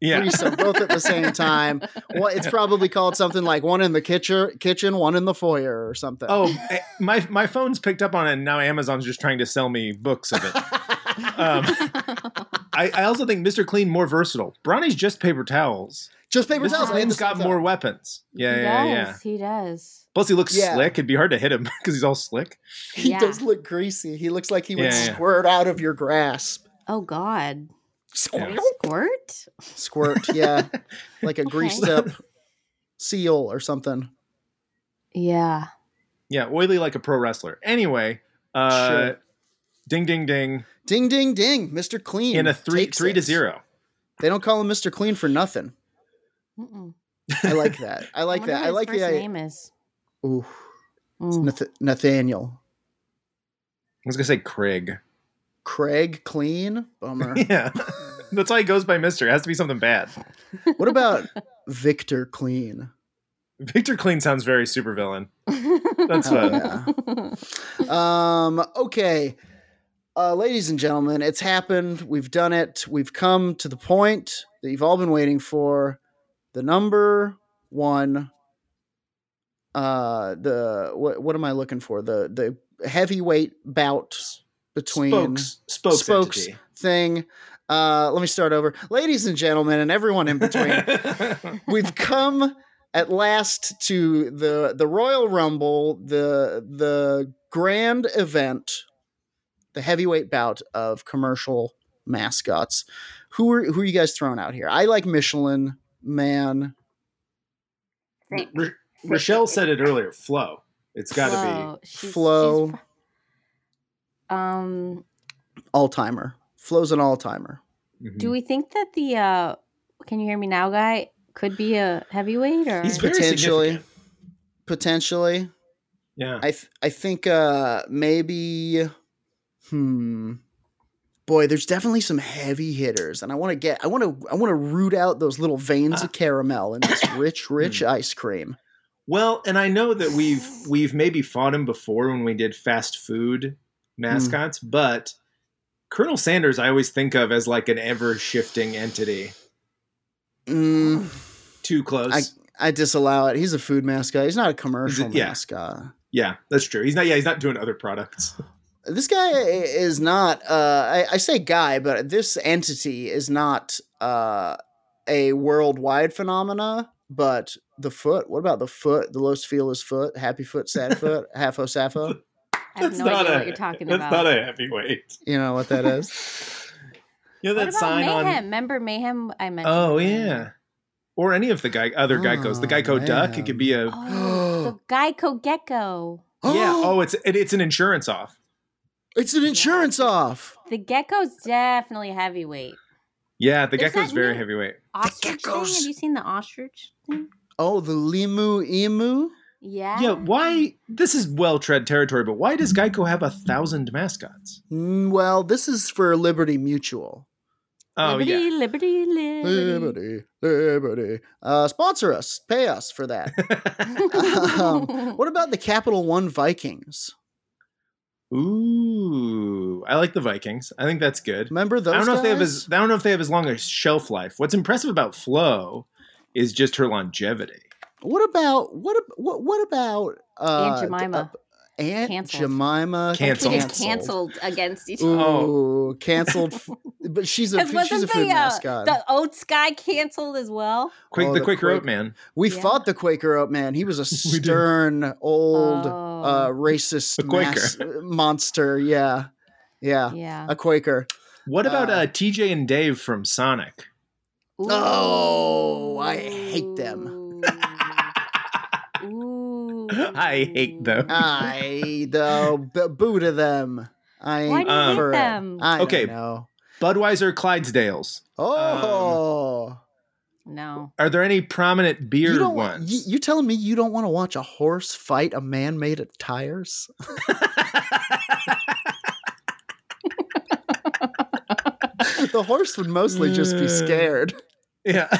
yeah,
Threesome, both at
[laughs]
the same time. Well, it's probably called something like one in the kitchen, kitchen, one in the foyer, or something.
Oh, eh, my my phone's picked up on it, and now Amazon's just trying to sell me books of it.
[laughs]
um, I, I also think Mr. Clean more versatile. Bronny's just paper towels.
just paper
Mr.
towels.
Clean's got more weapons. [laughs] Yeah,
he
yeah,
does.
yeah.
He does.
Plus, he looks
Yeah.
slick. It'd be hard to hit him [laughs] because he's all slick.
He
Yeah.
does look greasy. He looks like he would
Yeah, yeah.
squirt out of your grasp.
Oh God.
Squirt.
Squirt.
squirt yeah
[laughs]
like a greased
Okay.
up seal or something
Yeah.
Yeah, oily like a pro wrestler. Anyway, uh,
Sure.
ding, ding, ding.
ding ding ding mr clean
In a three
takes
three to
it.
zero.
they don't call him mr clean for nothing
Mm-mm.
i like
[laughs]
that i like
wonder
that
what
i
his
like the
first
I,
name is.
ooh,
Mm. [laughs]
Nath- nathaniel
I was gonna say Craig.
craig clean
[laughs]
bummer
Yeah, that's why he goes by Mister. It has to be something bad.
what about victor clean
Victor Clean sounds very supervillain. That's
Oh,
what.
yeah. um okay uh ladies and gentlemen it's happened we've done it we've come to the point that you've all been waiting for the number one uh the what what am i looking for the the heavyweight bout between
Spokes, spokes,
spokes
entity.
thing
[laughs]
[laughs]
uh let me start over ladies and gentlemen and everyone in between We've come at last to the the Royal Rumble, the the grand event, the heavyweight bout of commercial mascots. Who are who are you guys throwing out here? I like Michelin Man.
[laughs] Frank.
R- Rochelle said it earlier. Flow. It's got to
Flo. She's-
Flo.
she's pro- um,
All timer. Flo's an all timer.
be. Mhm.
do we think that the uh, can you hear me now guy could be a heavyweight or
He's [laughs] very
Potentially.
significant.
Potentially.
Yeah.
I th- I think uh maybe hmm boy there's definitely some heavy hitters and I want to get I want to I want to root out those little veins of caramel in [coughs] this rich rich ice cream.
Well, and I know that we've we've maybe fought him before when we did fast food mascots, but Colonel Sanders I always think of as like an ever shifting entity.
Mm,
Too close.
I I disallow it. He's a food mascot. He's not a commercial
yeah.
mascot.
yeah, that's true. He's not yeah, he's not doing other products.
This guy i- is not uh I, I say guy, but this entity is not uh a worldwide phenomena, but the foot. What about the foot? The Los Feliz foot, happy foot,
[laughs]
sad foot, halfo sappho.
I have
That's
no
not
idea
a-
what you're talking
[laughs] that's
about.
not a heavyweight.
You know what that is?
You know
what
that
about
sign
Mayhem?
on
Remember Mayhem? I mentioned.
Oh
Mayhem.
yeah. Or any of the guy other Geicos. The
Oh,
Geico duck,
man.
it could be a [gasps]
Oh, the Geico Gecko.
[laughs] Yeah, oh it's it, it's an insurance off.
it's an insurance off.
The gecko's definitely heavyweight.
Yeah, the
There's
gecko's
that
very
new-
heavyweight.
Ostrich thing? Have
geckos.
you seen the ostrich thing?
Oh, the limu emu.
Yeah.
Yeah, why this is well tread territory, but why does Geico have a thousand mascots?
Mm, Well, this is for Liberty Mutual.
Oh
liberty,
yeah.
liberty,
Hmm.
liberty.
Liberty, Liberty. Uh, sponsor us, pay us
[laughs]
for that. Um, what about the Capital One Vikings?
[laughs] Ooh. I like the Vikings. I think that's good.
Remember those?
I don't know if they have
guys?
as I don't know if they have as long a shelf life. What's impressive about Flo is just her longevity.
What about what? ab- What? What about uh,
Aunt Jemima.
d- uh, Aunt
Canceled.
Jemima
Canceled.
Completely
Canceled.
canceled against each other.
[laughs]
Ooh, canceled. f- but she's a
Because
f- she's a
wasn't
food
the, uh,
mascot.
the Oats guy canceled as well?
Quick
Oh,
the,
the
quick rope
Quake-
man.
we
Yeah.
fought the Quaker Oat Man. He was a
[laughs] We did.
stern old uh,
Oh,
racist
A Quaker.
mass- monster. Yeah, yeah,
Oh, yeah. [laughs]
a Quaker.
What about uh,
Uh,
TJ and Dave from Sonic? [laughs]
Oh, I hate them. [laughs]
Ooh.
I hate them.
I the b- boo to them. I
Why do you
Um,
hate
for it.
them?
I
Okay. Um,
don't know.
Budweiser Clydesdales.
Oh.
no.
Are there any prominent beer
you don't wa-
ones?
You, you telling me you don't want to watch a horse fight a man made of tires? [laughs] the horse would mostly just
[laughs]
be
Uh.
scared.
yeah. [laughs]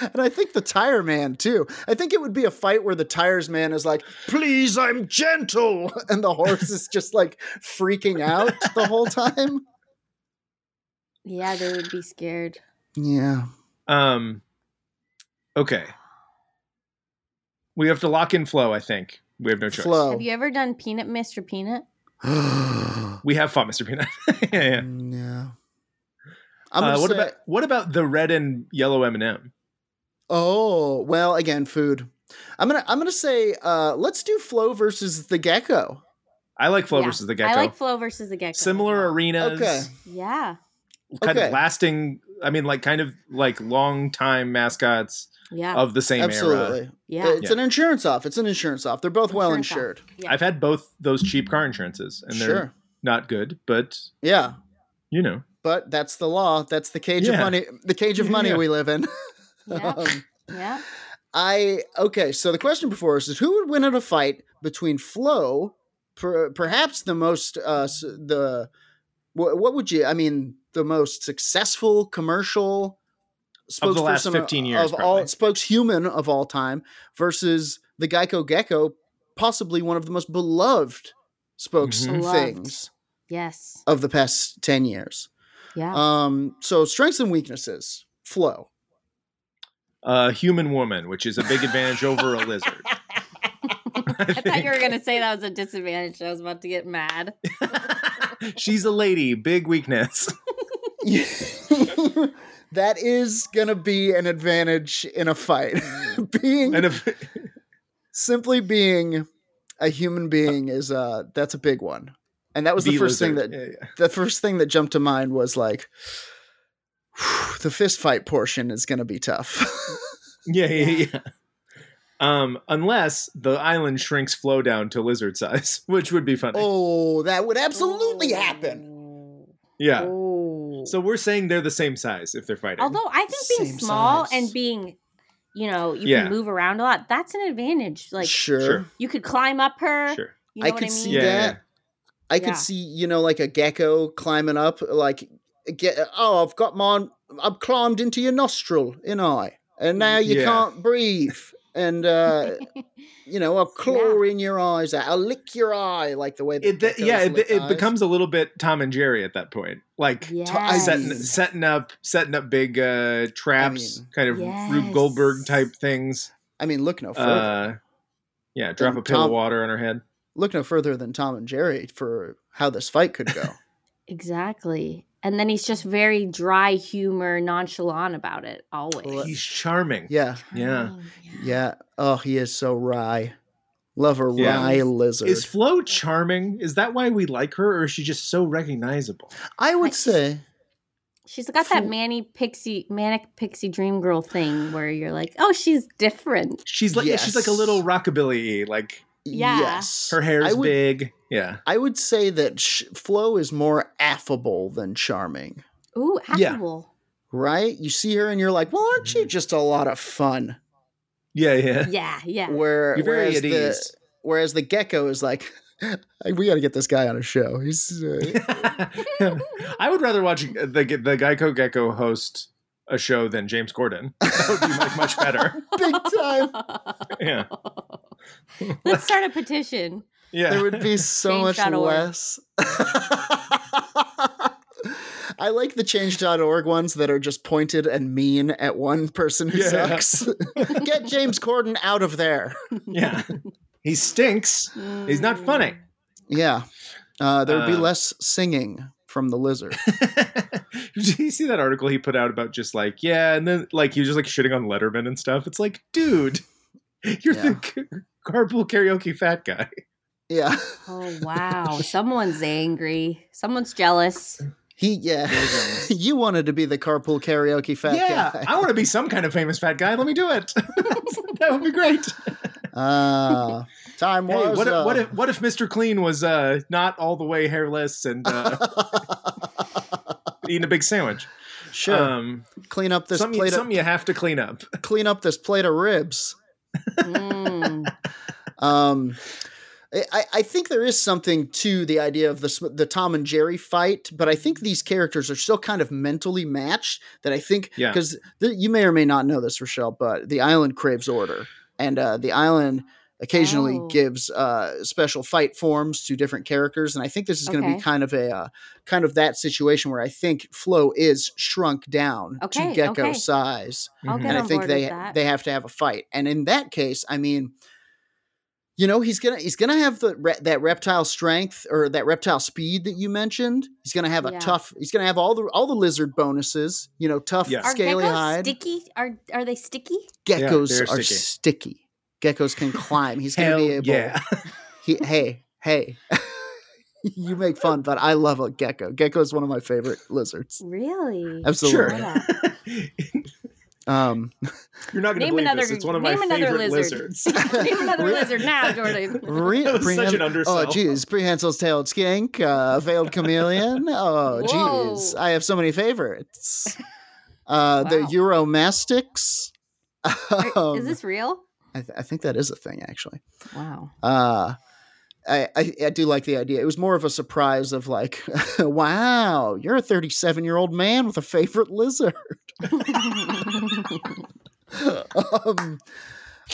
And I think the tire man too. I think it would be a fight where the tires man is like,
Please, I'm gentle.
[laughs] and the horse is just like freaking out the whole time.
Yeah, they would be scared.
Yeah.
Um. Okay. We have to lock in flow. I think we have no choice.
Flow.
Have
[gasps]
you ever done Peanut Mr. Peanut?
We have fought Mr. Peanut. [laughs] yeah. yeah.
yeah. I'm
Uh,
gonna
what
say,
about what about the red and yellow M and m
oh well again food. I'm gonna I'm gonna say uh, let's do flow versus the gecko.
I like flow
Yeah.
versus the gecko.
I like Flo versus the Gecko.
Similar arenas.
Okay.
Yeah.
Kind
Okay.
of lasting. I mean, like kind of like long time mascots
Yeah.
of the same
Absolutely.
era.
yeah.
It's an insurance off. It's an insurance off. They're both well
Insurance
insured.
Yeah.
I've had both those cheap car insurances, and they're
Sure.
not good, but
Yeah.
you know.
But that's the law. That's the cage of
Yeah.
money. The cage of
Yeah, [laughs]
money
yeah.
we live in.
yeah.
[laughs] Um,
yeah.
I okay. So the question before us is who would win in a fight between Flo, per, perhaps the most uh s- the what, what would you? I mean, the most successful commercial
Of the last
spokesperson
15 years,
of all
probably.
spokeshuman of all time versus the Geico Gecko, possibly one of the most beloved spokes
Mhm.
Loved.
things
Yes.
of the past ten years.
Yeah.
Um, so strengths and weaknesses. Flo.
uh, human woman, which is a big advantage over a lizard.
[laughs]
I
I thought you
think.
were gonna say that was a
[laughs]
disadvantage. I was about to get mad.
[laughs]
She's a lady, big weakness.
that is gonna be an advantage in a fight. [laughs] being
And [laughs] if
simply being a human being is uh that's a big one. And that was the
Bee
first
lizard.
thing that
Yeah, yeah.
the first thing that jumped to mind was like [sighs] the fist fight portion is gonna be tough. [laughs]
Yeah, yeah, yeah. Um, unless the island shrinks flow down to lizard size, [laughs] which would be funny.
oh, that would absolutely happen.
yeah.
Oh.
So we're saying they're the same size if they're fighting.
Although I think being
Same
small
size.
and being, you know, you
Yeah.
can move around a lot. That's an advantage. Like
sure.
sure.
you could climb up her.
sure.
You know
I
what
could
I mean?
see
Yeah, yeah,
that.
yeah.
I could
Yeah.
see, you know, like a gecko climbing up, like get oh, I've got mine I've climbed into your nostril, and I.
Mm.
And now you
Yeah.
can't breathe.
[laughs]
And uh you know, I'll claw in your eyes out. I'll lick your eye like the way that
It, th-
geckos
yeah, it,
lick
it
eyes.
becomes a little bit Tom and Jerry at that point, like
[laughs]
uh,
t-
Yes.
setting setting up setting up big uh, traps,
mean,
kind of Rube
yes.
Goldberg type things.
I mean, look no further.
Uh, yeah, drop
And
a pill of
Tom-
water on her head.
look no further than Tom and Jerry for how this fight could go.
[laughs]
Exactly. And then he's just very dry humor, nonchalant about it always.
He's charming.
yeah.
Yeah.
Yeah. Oh, he is so wry. Love a
Yeah.
wry lizard.
Is Flo charming? Is that why we like her, or is she just so recognizable?
I would
I-
say
She's got that Manny Pixie, manic Pixie Dream Girl thing where you're like, oh, she's different.
She's like yeah, she's like a
Yes.
little rockabilly. Like
Yeah.
yes.
her hair's
I would,
big. Yeah,
I would say that sh- Flo is more affable than charming,
Ooh,
Yeah.
affable.
right? You see her and you're like, well, aren't
Mm-hmm.
you just a lot of fun?
yeah, yeah.
Yeah, yeah. [laughs]
Where
You're very
whereas
at
the,
ease. [laughs]
whereas the gecko is like, we got to get this guy on a show. He's uh,
I would rather watch the the Geico Gecko host a show than James Corden. [laughs] That would be like much better. [laughs]
big time.
Yeah, [laughs]
Let's start a petition.
yeah.
There would be so much
Change.org.
less. [laughs] I like the change.org ones that are just pointed and mean at one person who
Yeah.
sucks. [laughs] Get James Corden out of there. [laughs]
yeah. He stinks. He's not
Mm.
funny.
Yeah. Uh, there would be
Um,
less singing from
[laughs]
the lizard.
Did you see that article he put out about just like yeah, and then like he was just like shitting on Letterman and stuff? It's like, dude, [laughs] you're the c- carpool karaoke fat guy.
Yeah.
Oh wow! Someone's angry. Someone's jealous.
He, yeah. [laughs] you wanted to be the carpool karaoke [laughs] fat
yeah,
guy.
I want to be some kind of famous fat guy. Let me do it. [laughs] that would be great.
[laughs] Ah, time
Hey,
was
what if,
up.
what if what if Mr. Clean was uh, not all the way hairless and
[laughs]
uh, eating a big sandwich?
sure.
Um,
clean up this
something,
plate
something
of,
you have to clean up.
clean up this plate of ribs.
Mm.
[laughs] Um, I- I, I think there is something to the idea of the sm- the Tom and Jerry fight, but I think these characters are still kind of mentally matched. That I think
Yeah.
because you may or may not know this, Rochelle, but the island craves order, and uh, the island occasionally
Oh.
gives uh, special fight forms to different characters, and I think this is going to
Okay.
be kind of a uh, kind of that situation where I think Flo is shrunk down
Okay,
to gecko
okay.
size
I'll get
[laughs]
and I
on
think
board with
they
that.
they have to have a fight. And in that case, I mean, you know, he's gonna he's gonna have the re- that reptile strength or that reptile speed that you mentioned. He's gonna have a
Yeah.
tough. He's gonna have all the all the lizard bonuses. You know, tough,
Yeah.
Are
scaly
geckos
hide.
sticky? Are are they sticky?
Yeah,
Geckos
they're
are
sticky.
sticky. Geckos can climb. He's gonna
Hell
be able.
yeah.
He, hey, hey. [laughs] You make fun, but I love a gecko. Gecko is one of my favorite lizards.
Really?
Absolutely.
Sure.
[laughs]
[laughs]
Um,
You're not going to
Name
believe
another-
this. It's one of my
name another
favorite
lizard. [laughs]
lizards.
Name another
[laughs]
Re-
lizard now, Jordan.
Re-
That was such an undersell.
Oh, jeez. Prehensil's tailed skink, uh,
[laughs]
veiled chameleon. Oh,
Whoa.
jeez. I have so many
[laughs]
favorites. Uh, The
Wow.
Euromastics.
Are- Is
[laughs] Um,
this real?
I, th- I think that is a thing, actually. [laughs]
Wow. [laughs]
Uh, I, I, I do like the idea. It was more of a surprise of like, [laughs] wow, you're a 37 year old man with a favorite lizard. [laughs] um,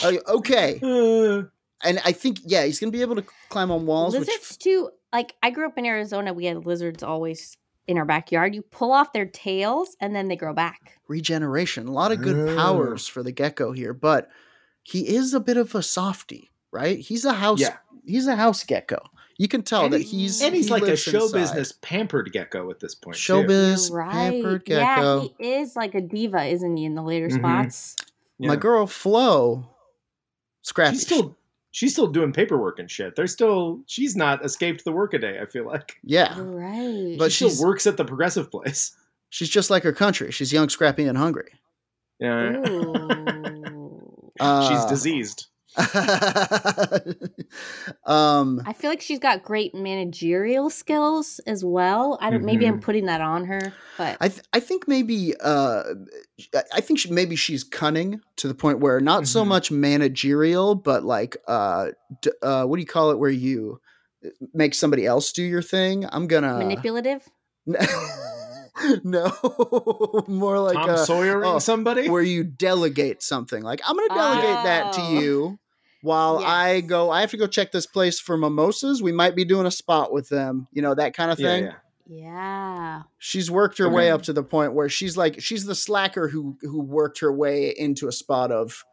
uh, okay.
Uh,
And I think, yeah, he's going to be able to climb on walls, which
Lizards too. Like I grew up in Arizona, we had lizards always in our backyard. You pull off their tails and then they grow back.
regeneration. A lot of good
Oh.
powers for the gecko here, but he is a bit of a softy, right? He's a house.
Yeah.
He's a house gecko. You can tell
And
that
he-
he's
and he's
he
like a
lives
show
inside.
business pampered gecko at this point. too.
showbiz
You're
pampered gecko. Mm-hmm.
Yeah, he is like a diva, isn't he? In the later
Mhm.
spots,
My
Yeah.
girl Flo, scrappy.
She's still she's still doing paperwork and shit. They're still she's not escaped the workaday. I feel like
You're
yeah,
right.
Ah. But
she
she's-
still works at the progressive place.
she's just like her country. She's young, scrappy, and hungry.
Yeah,
Ooh.
Uh,
she's diseased.
[laughs] um,
[laughs] I feel like she's got great managerial skills as well. I don't. Maybe I'm putting that on her, but
Mm-hmm. I th- I think maybe uh, I- I think she, maybe she's cunning to the point where not so
Mm-hmm.
Mhm.
much managerial, but like uh, d- uh, what do you call it? Where you uh, make somebody else do your thing? I'm gonna
manipulative.
[laughs] no, more like
Tom
uh,
Sawyering
oh,
somebody.
where you delegate something. Like I'm gonna delegate that to
Oh.
you. While I
Yes.
go, I have to go check this place for mimosas. We might be doing a spot with them, you know, that kind of
Yeah,
thing.
yeah.
Yeah.
She's worked her way
Okay.
up to the point where she's like she's the slacker who who worked her way into a spot of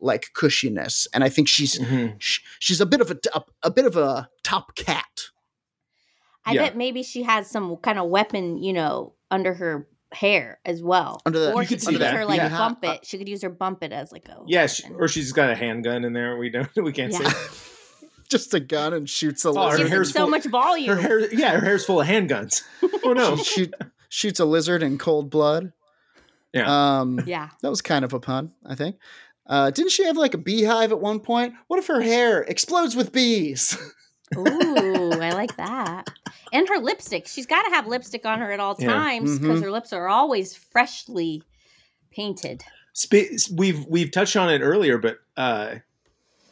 like cushiness, and I think she's
Mhm.
sh- she's a bit of a t- a- a bit of a top cat. [laughs]
I
Yeah.
bet maybe she has some kind of weapon, you know, under her hair as well.
Under the-
or
You
she
could
could
see
use
that,
her like
yeah.
bump it. She could use her bump it as like a
Yeah, she,
weapon.
or she's got a handgun in there. We don't. [laughs] We can't
Yeah.
see.
[laughs]
Just a gun and shoots a
Oh, her
Gives
lizard.
them
hair's
so
full-
much volume.
Her hair. Yeah, her hair's full of handguns. [laughs] Oh no.
She shoot, shoots a lizard in cold blood.
Yeah.
Um,
yeah.
That was kind of a pun, I think. Uh, didn't she have like a beehive at one point? What if her hair explodes with bees? [laughs]
Ooh, I like that. And her lipstick. She's got to have lipstick on her at all
Yeah.
times
Mm-hmm.
because her lips are always freshly painted.
Spe- we've we've touched on it earlier, but uh,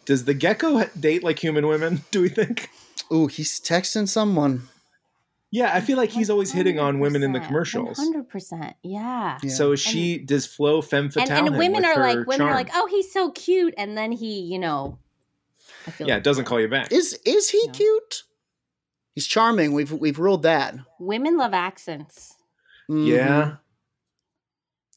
does the gecko ha- date like human women? [laughs] Do we think?
Ooh, he's texting someone.
Yeah, I feel like he's always hitting on women in the commercials.
Hundred percent. Yeah.
Yeah.
So she does flow femme
And,
fatale.
and
him
women
with
are
her
like women are
charm.
like, oh, he's so cute, and then he, you know, I feel
yeah,
like
it doesn't call you back.
is is he
Yeah.
cute? He's charming. We've we've ruled that.
women love accents.
Mhm.
yeah,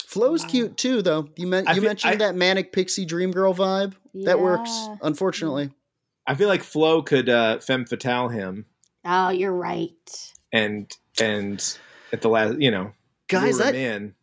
Flo's
Wow.
cute too, though. You, men-
I
you
feel-
mentioned
I-
that manic pixie dream girl vibe. That works,
Yeah.
unfortunately.
I feel like Flo could uh, femme fatale him,
Oh, you're right.
and and at the last, you know,
Guys,
lure him
I,
in.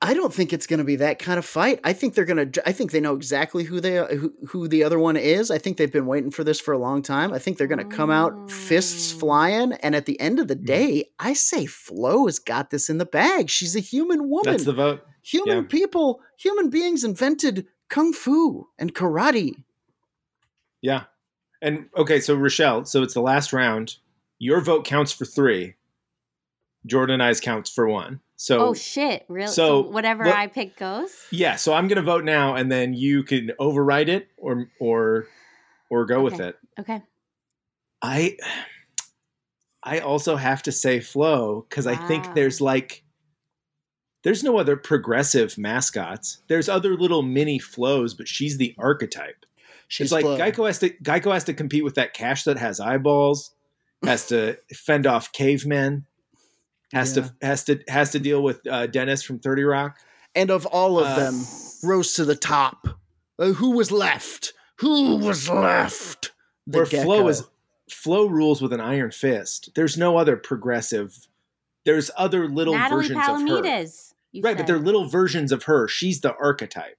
I don't think it's going to be that kind of fight. I think they're going to. I think they know exactly who they who, who the other one is. I think they've been waiting for this for a long time. I think they're going to come out fists
Mm.
flying. And at the end of the
Mm.
day, I say Flo has got this in the bag. She's a human woman.
That's the vote.
human
yeah.
people, human beings invented kung fu and karate.
Yeah, and okay, so Rochelle, so it's the last round. Your vote counts for three. Jordan and I's counts for one. So
Oh shit! Really? So,
so
whatever
what-
I pick goes.
Yeah, so I'm gonna vote now, and then you can override it or or or go with
Okay.
it.
Okay.
I I also have to say Flo because I
Wow.
think there's like there's no other progressive mascots. There's other little mini Flo's, but she's the archetype.
She's
it's like
Flo.
Geico has to Geico has to compete with that cash that has eyeballs, has
[laughs]
to fend off cavemen, has
Yeah.
to has to has to deal with uh, Dennis from Thirty Rock.
and of all of
Uh,
them rose to the top. Uh, who was left? Who was left? The
where
gecko.
flow is flow rules with an iron fist. There's no other progressive. There's other little
Natalie
versions of her.
Palomides. you
Right, but
said.
they're little versions of her. She's the archetype.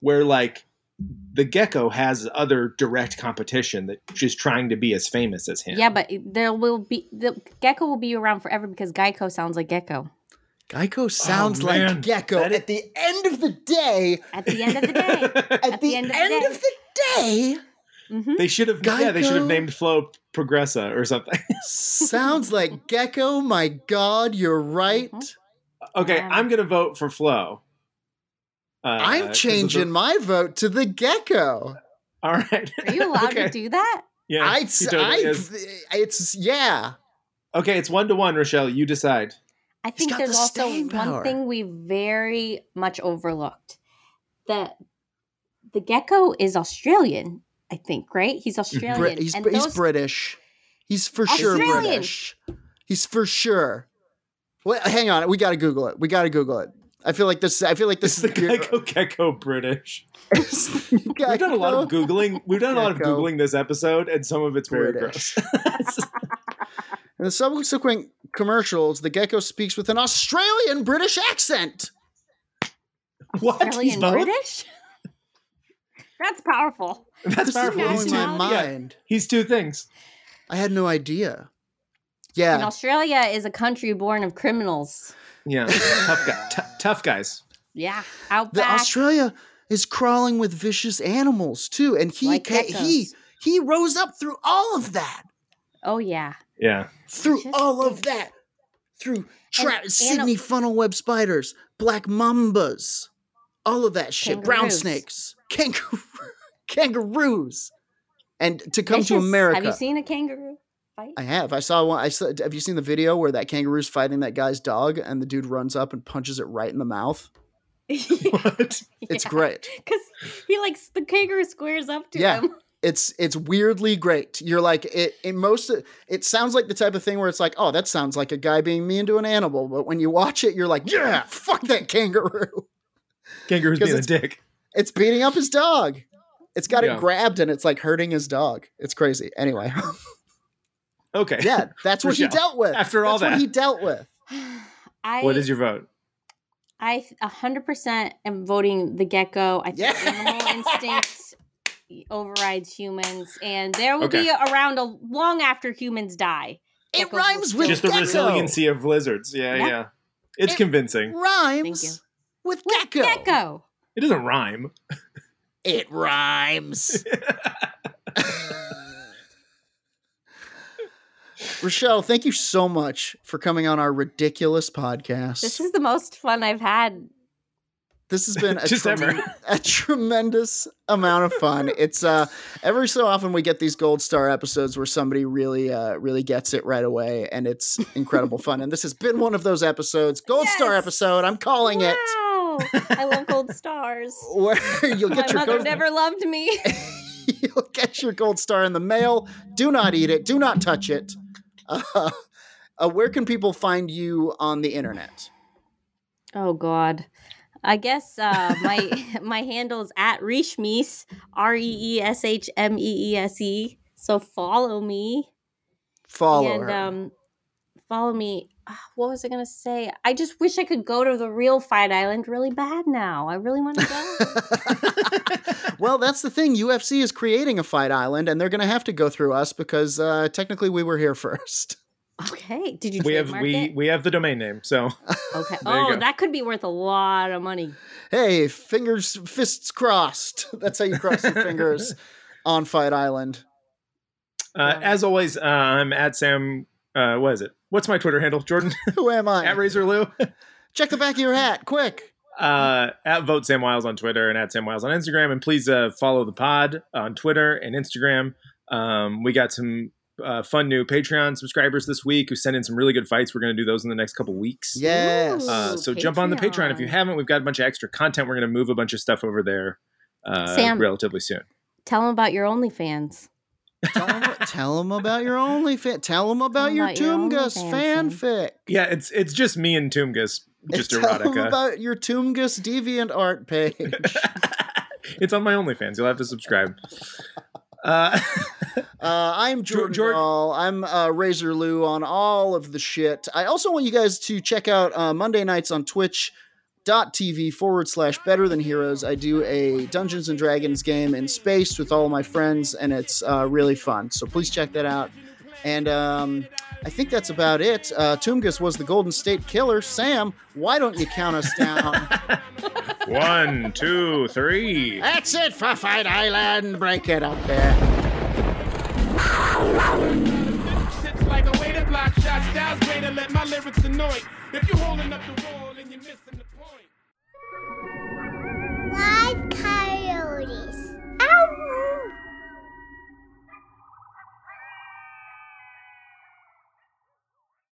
Where like the gecko has other direct competition that she's trying to be as famous as him.
Yeah, but there will be the gecko will be around forever because Geico sounds like gecko.
Geico sounds
Oh, man.
like Gecko.
That is-
At the end of the day,
At the end of the
[laughs]
day,
at, the, end,
end
of
of
the,
the day.
day,
hmm
they should have yeah, they should
Geico?
have named Flo Progressa or something. [laughs]
sounds [laughs] like Gecko. My God, you're right.
Mhm.
okay,
Um,
I'm gonna vote for Flo. Uh, 'cause of
I'm
the-
changing my vote to the Gecko.
All right.
are you allowed
Okay.
to do that?
Yeah.
I,
he totally
I,
is.
it's yeah.
Okay, it's one to one, Rochelle. You decide.
I think
got
there's
the
also
staying power.
one thing we very much overlooked that the gecko is Australian. I think right. He's
Mm-hmm.
Australian.
Brit- he's,
and
he's
those-
British. He's for sure
Australian.
British. He's for sure. Wait, hang on, we gotta Google it. We gotta Google it. I feel like this. I feel like
It's
this
the
is your- [laughs]
Gecko Gecko British. [laughs] We've done a lot of
Gecko.
googling. We've done a lot of
Gecko.
googling this episode, and some of it's very
British.
gross. [laughs]
In the subsequent commercials, the gecko speaks with an Australian British accent.
what? He's
Australian
both?
British? [laughs] That's powerful.
That's
This is
powerful. He's
blowing
two,
my
yeah,
mind.
he's two things.
I had no idea.
And
Yeah,
Australia is a country born of criminals.
[laughs]
Yeah, tough guy. T- tough guys.
Yeah,
the
outback.
Australia is crawling with vicious animals too, and he
Like
ca-
geckos.
he he rose up through all of that,
oh yeah.
[laughs]
Yeah.
through
Vicious
all of that, through tra-
And
Sydney funnel web spiders, black mambas, all of that shit, brown
Kangaroos.
snakes, kangaroo, [laughs] kangaroos, and to come to
Vicious.
America.
Have you seen a kangaroo fight? [laughs]
I have. I saw one. I saw, have you seen the video where that kangaroo's fighting that guy's dog and the dude runs up and punches it right in the mouth?
What?
It's great.
Because he likes the kangaroo squares up to
Yeah. [sighs]
him.
It's it's weirdly great. You're like it in most it sounds like the type of thing where it's like, "Oh, that sounds like a guy being mean to an animal." But when you watch it, you're like, "Yeah, fuck that kangaroo." [laughs]
Kangaroo's
Because
being a dick.
It's beating up his dog. It's got
Yeah.
it grabbed and it's like hurting his dog. It's crazy. Anyway, [laughs]
Okay.
yeah, that's what he
Rochelle,
dealt with.
after all
That's what
that.
he dealt with.
I
What is your vote?
I a hundred percent am voting the gecko. I think
Yeah. [laughs]
animal instinct overrides humans, and there will
Okay.
be around a long after humans die.
It
Geckos will
rhymes with
still-
Just the
Gecko.
resiliency of lizards. Yeah,
Yeah.
yeah. It's
It-
convincing.
you.
Rhymes with gecko.
gecko.
It doesn't rhyme. [laughs]
It rhymes. Rochelle, thank you so much for coming on our ridiculous podcast.
This is the most fun I've had.
This has
[laughs]
been a,
Just
trem-
ever.
a tremendous amount of fun. It's uh every so often we get these gold star episodes where somebody really uh really gets it right away and it's incredible fun. And this has been one of those episodes. Gold star
Yes.
episode. I'm calling it.
wow! I love gold stars.
Where [laughs] you'll
My
get your
mother
gold
never loved me.
[laughs] you'll get your gold star in the mail. Do not eat it. Do not touch it. [laughs] Uh, uh, where can people find you on the internet?
Oh God. I guess uh, my [laughs] my handle is at Reeshmees, R E E S H M E E S E. So follow me.
Follow
and
her.
um follow me. Ah, What was I gonna say? I just wish I could go to the real Fight Island really bad now. I really want to
[laughs]
go.
[laughs] well, that's the thing. UFC is creating a fight island, and they're going to have to go through us because uh, technically we were here [laughs] first.
okay. Did you
We have
trademark
we
it?
we have the domain name, so uh,
Okay.
There you
Oh,
go.
that could be worth a lot of money.
Hey, fingers, fists crossed. [laughs] That's how you cross
[laughs]
your fingers on Fight Island.
Uh,
Um,
as always, uh, I'm at Sam. Uh, what is it? What's my Twitter handle? [laughs] Jordan
Who am
at
I?
Razor Lou. [laughs]
Check the back of your hat, quick.
Uh, at vote Sam Wiles on Twitter and at Sam Wiles on Instagram. And please uh, follow the pod on Twitter and Instagram. Um, we got some uh, fun new Patreon subscribers this week who sent in some really good fights. We're going to do those in the next couple weeks.
Yes.
Uh,
Ooh,
so jump on the Patreon if you
Patreon.
haven't. We've got a bunch of extra content. We're going to move a bunch of stuff over there uh,
Sam.
relatively soon.
Tell them about your OnlyFans.
tell, them, about your OnlyFans. Tell them about
Tell 'em
your
about your
Toomgus
OnlyFans,
fanfic.
Yeah, it's it's just me and Toomgus, just
tell 'em
erotica.
about your Toomgus deviant art page.
[laughs] it's on my OnlyFans. You'll have to subscribe. Uh, [laughs]
Uh, I'm
Jor-
Jordan
Jor-
Dahl. I'm uh, Razor Lou on all of the shit. I also want you guys to check out uh, Monday nights on Twitch. Dot TV forward slash better than heroes. I do a Dungeons and Dragons game in space with all my friends, and it's uh, really fun. So please check that out. And um, I think that's about it. Uh, Toomgus was the Golden State Killer. Sam, why don't you count us down?
one, two, three.
[laughs] that's it for Fight Island. Break it up there.
Sits like a way to block shots, styles way to let my lyrics annoy. If you holding up the wall.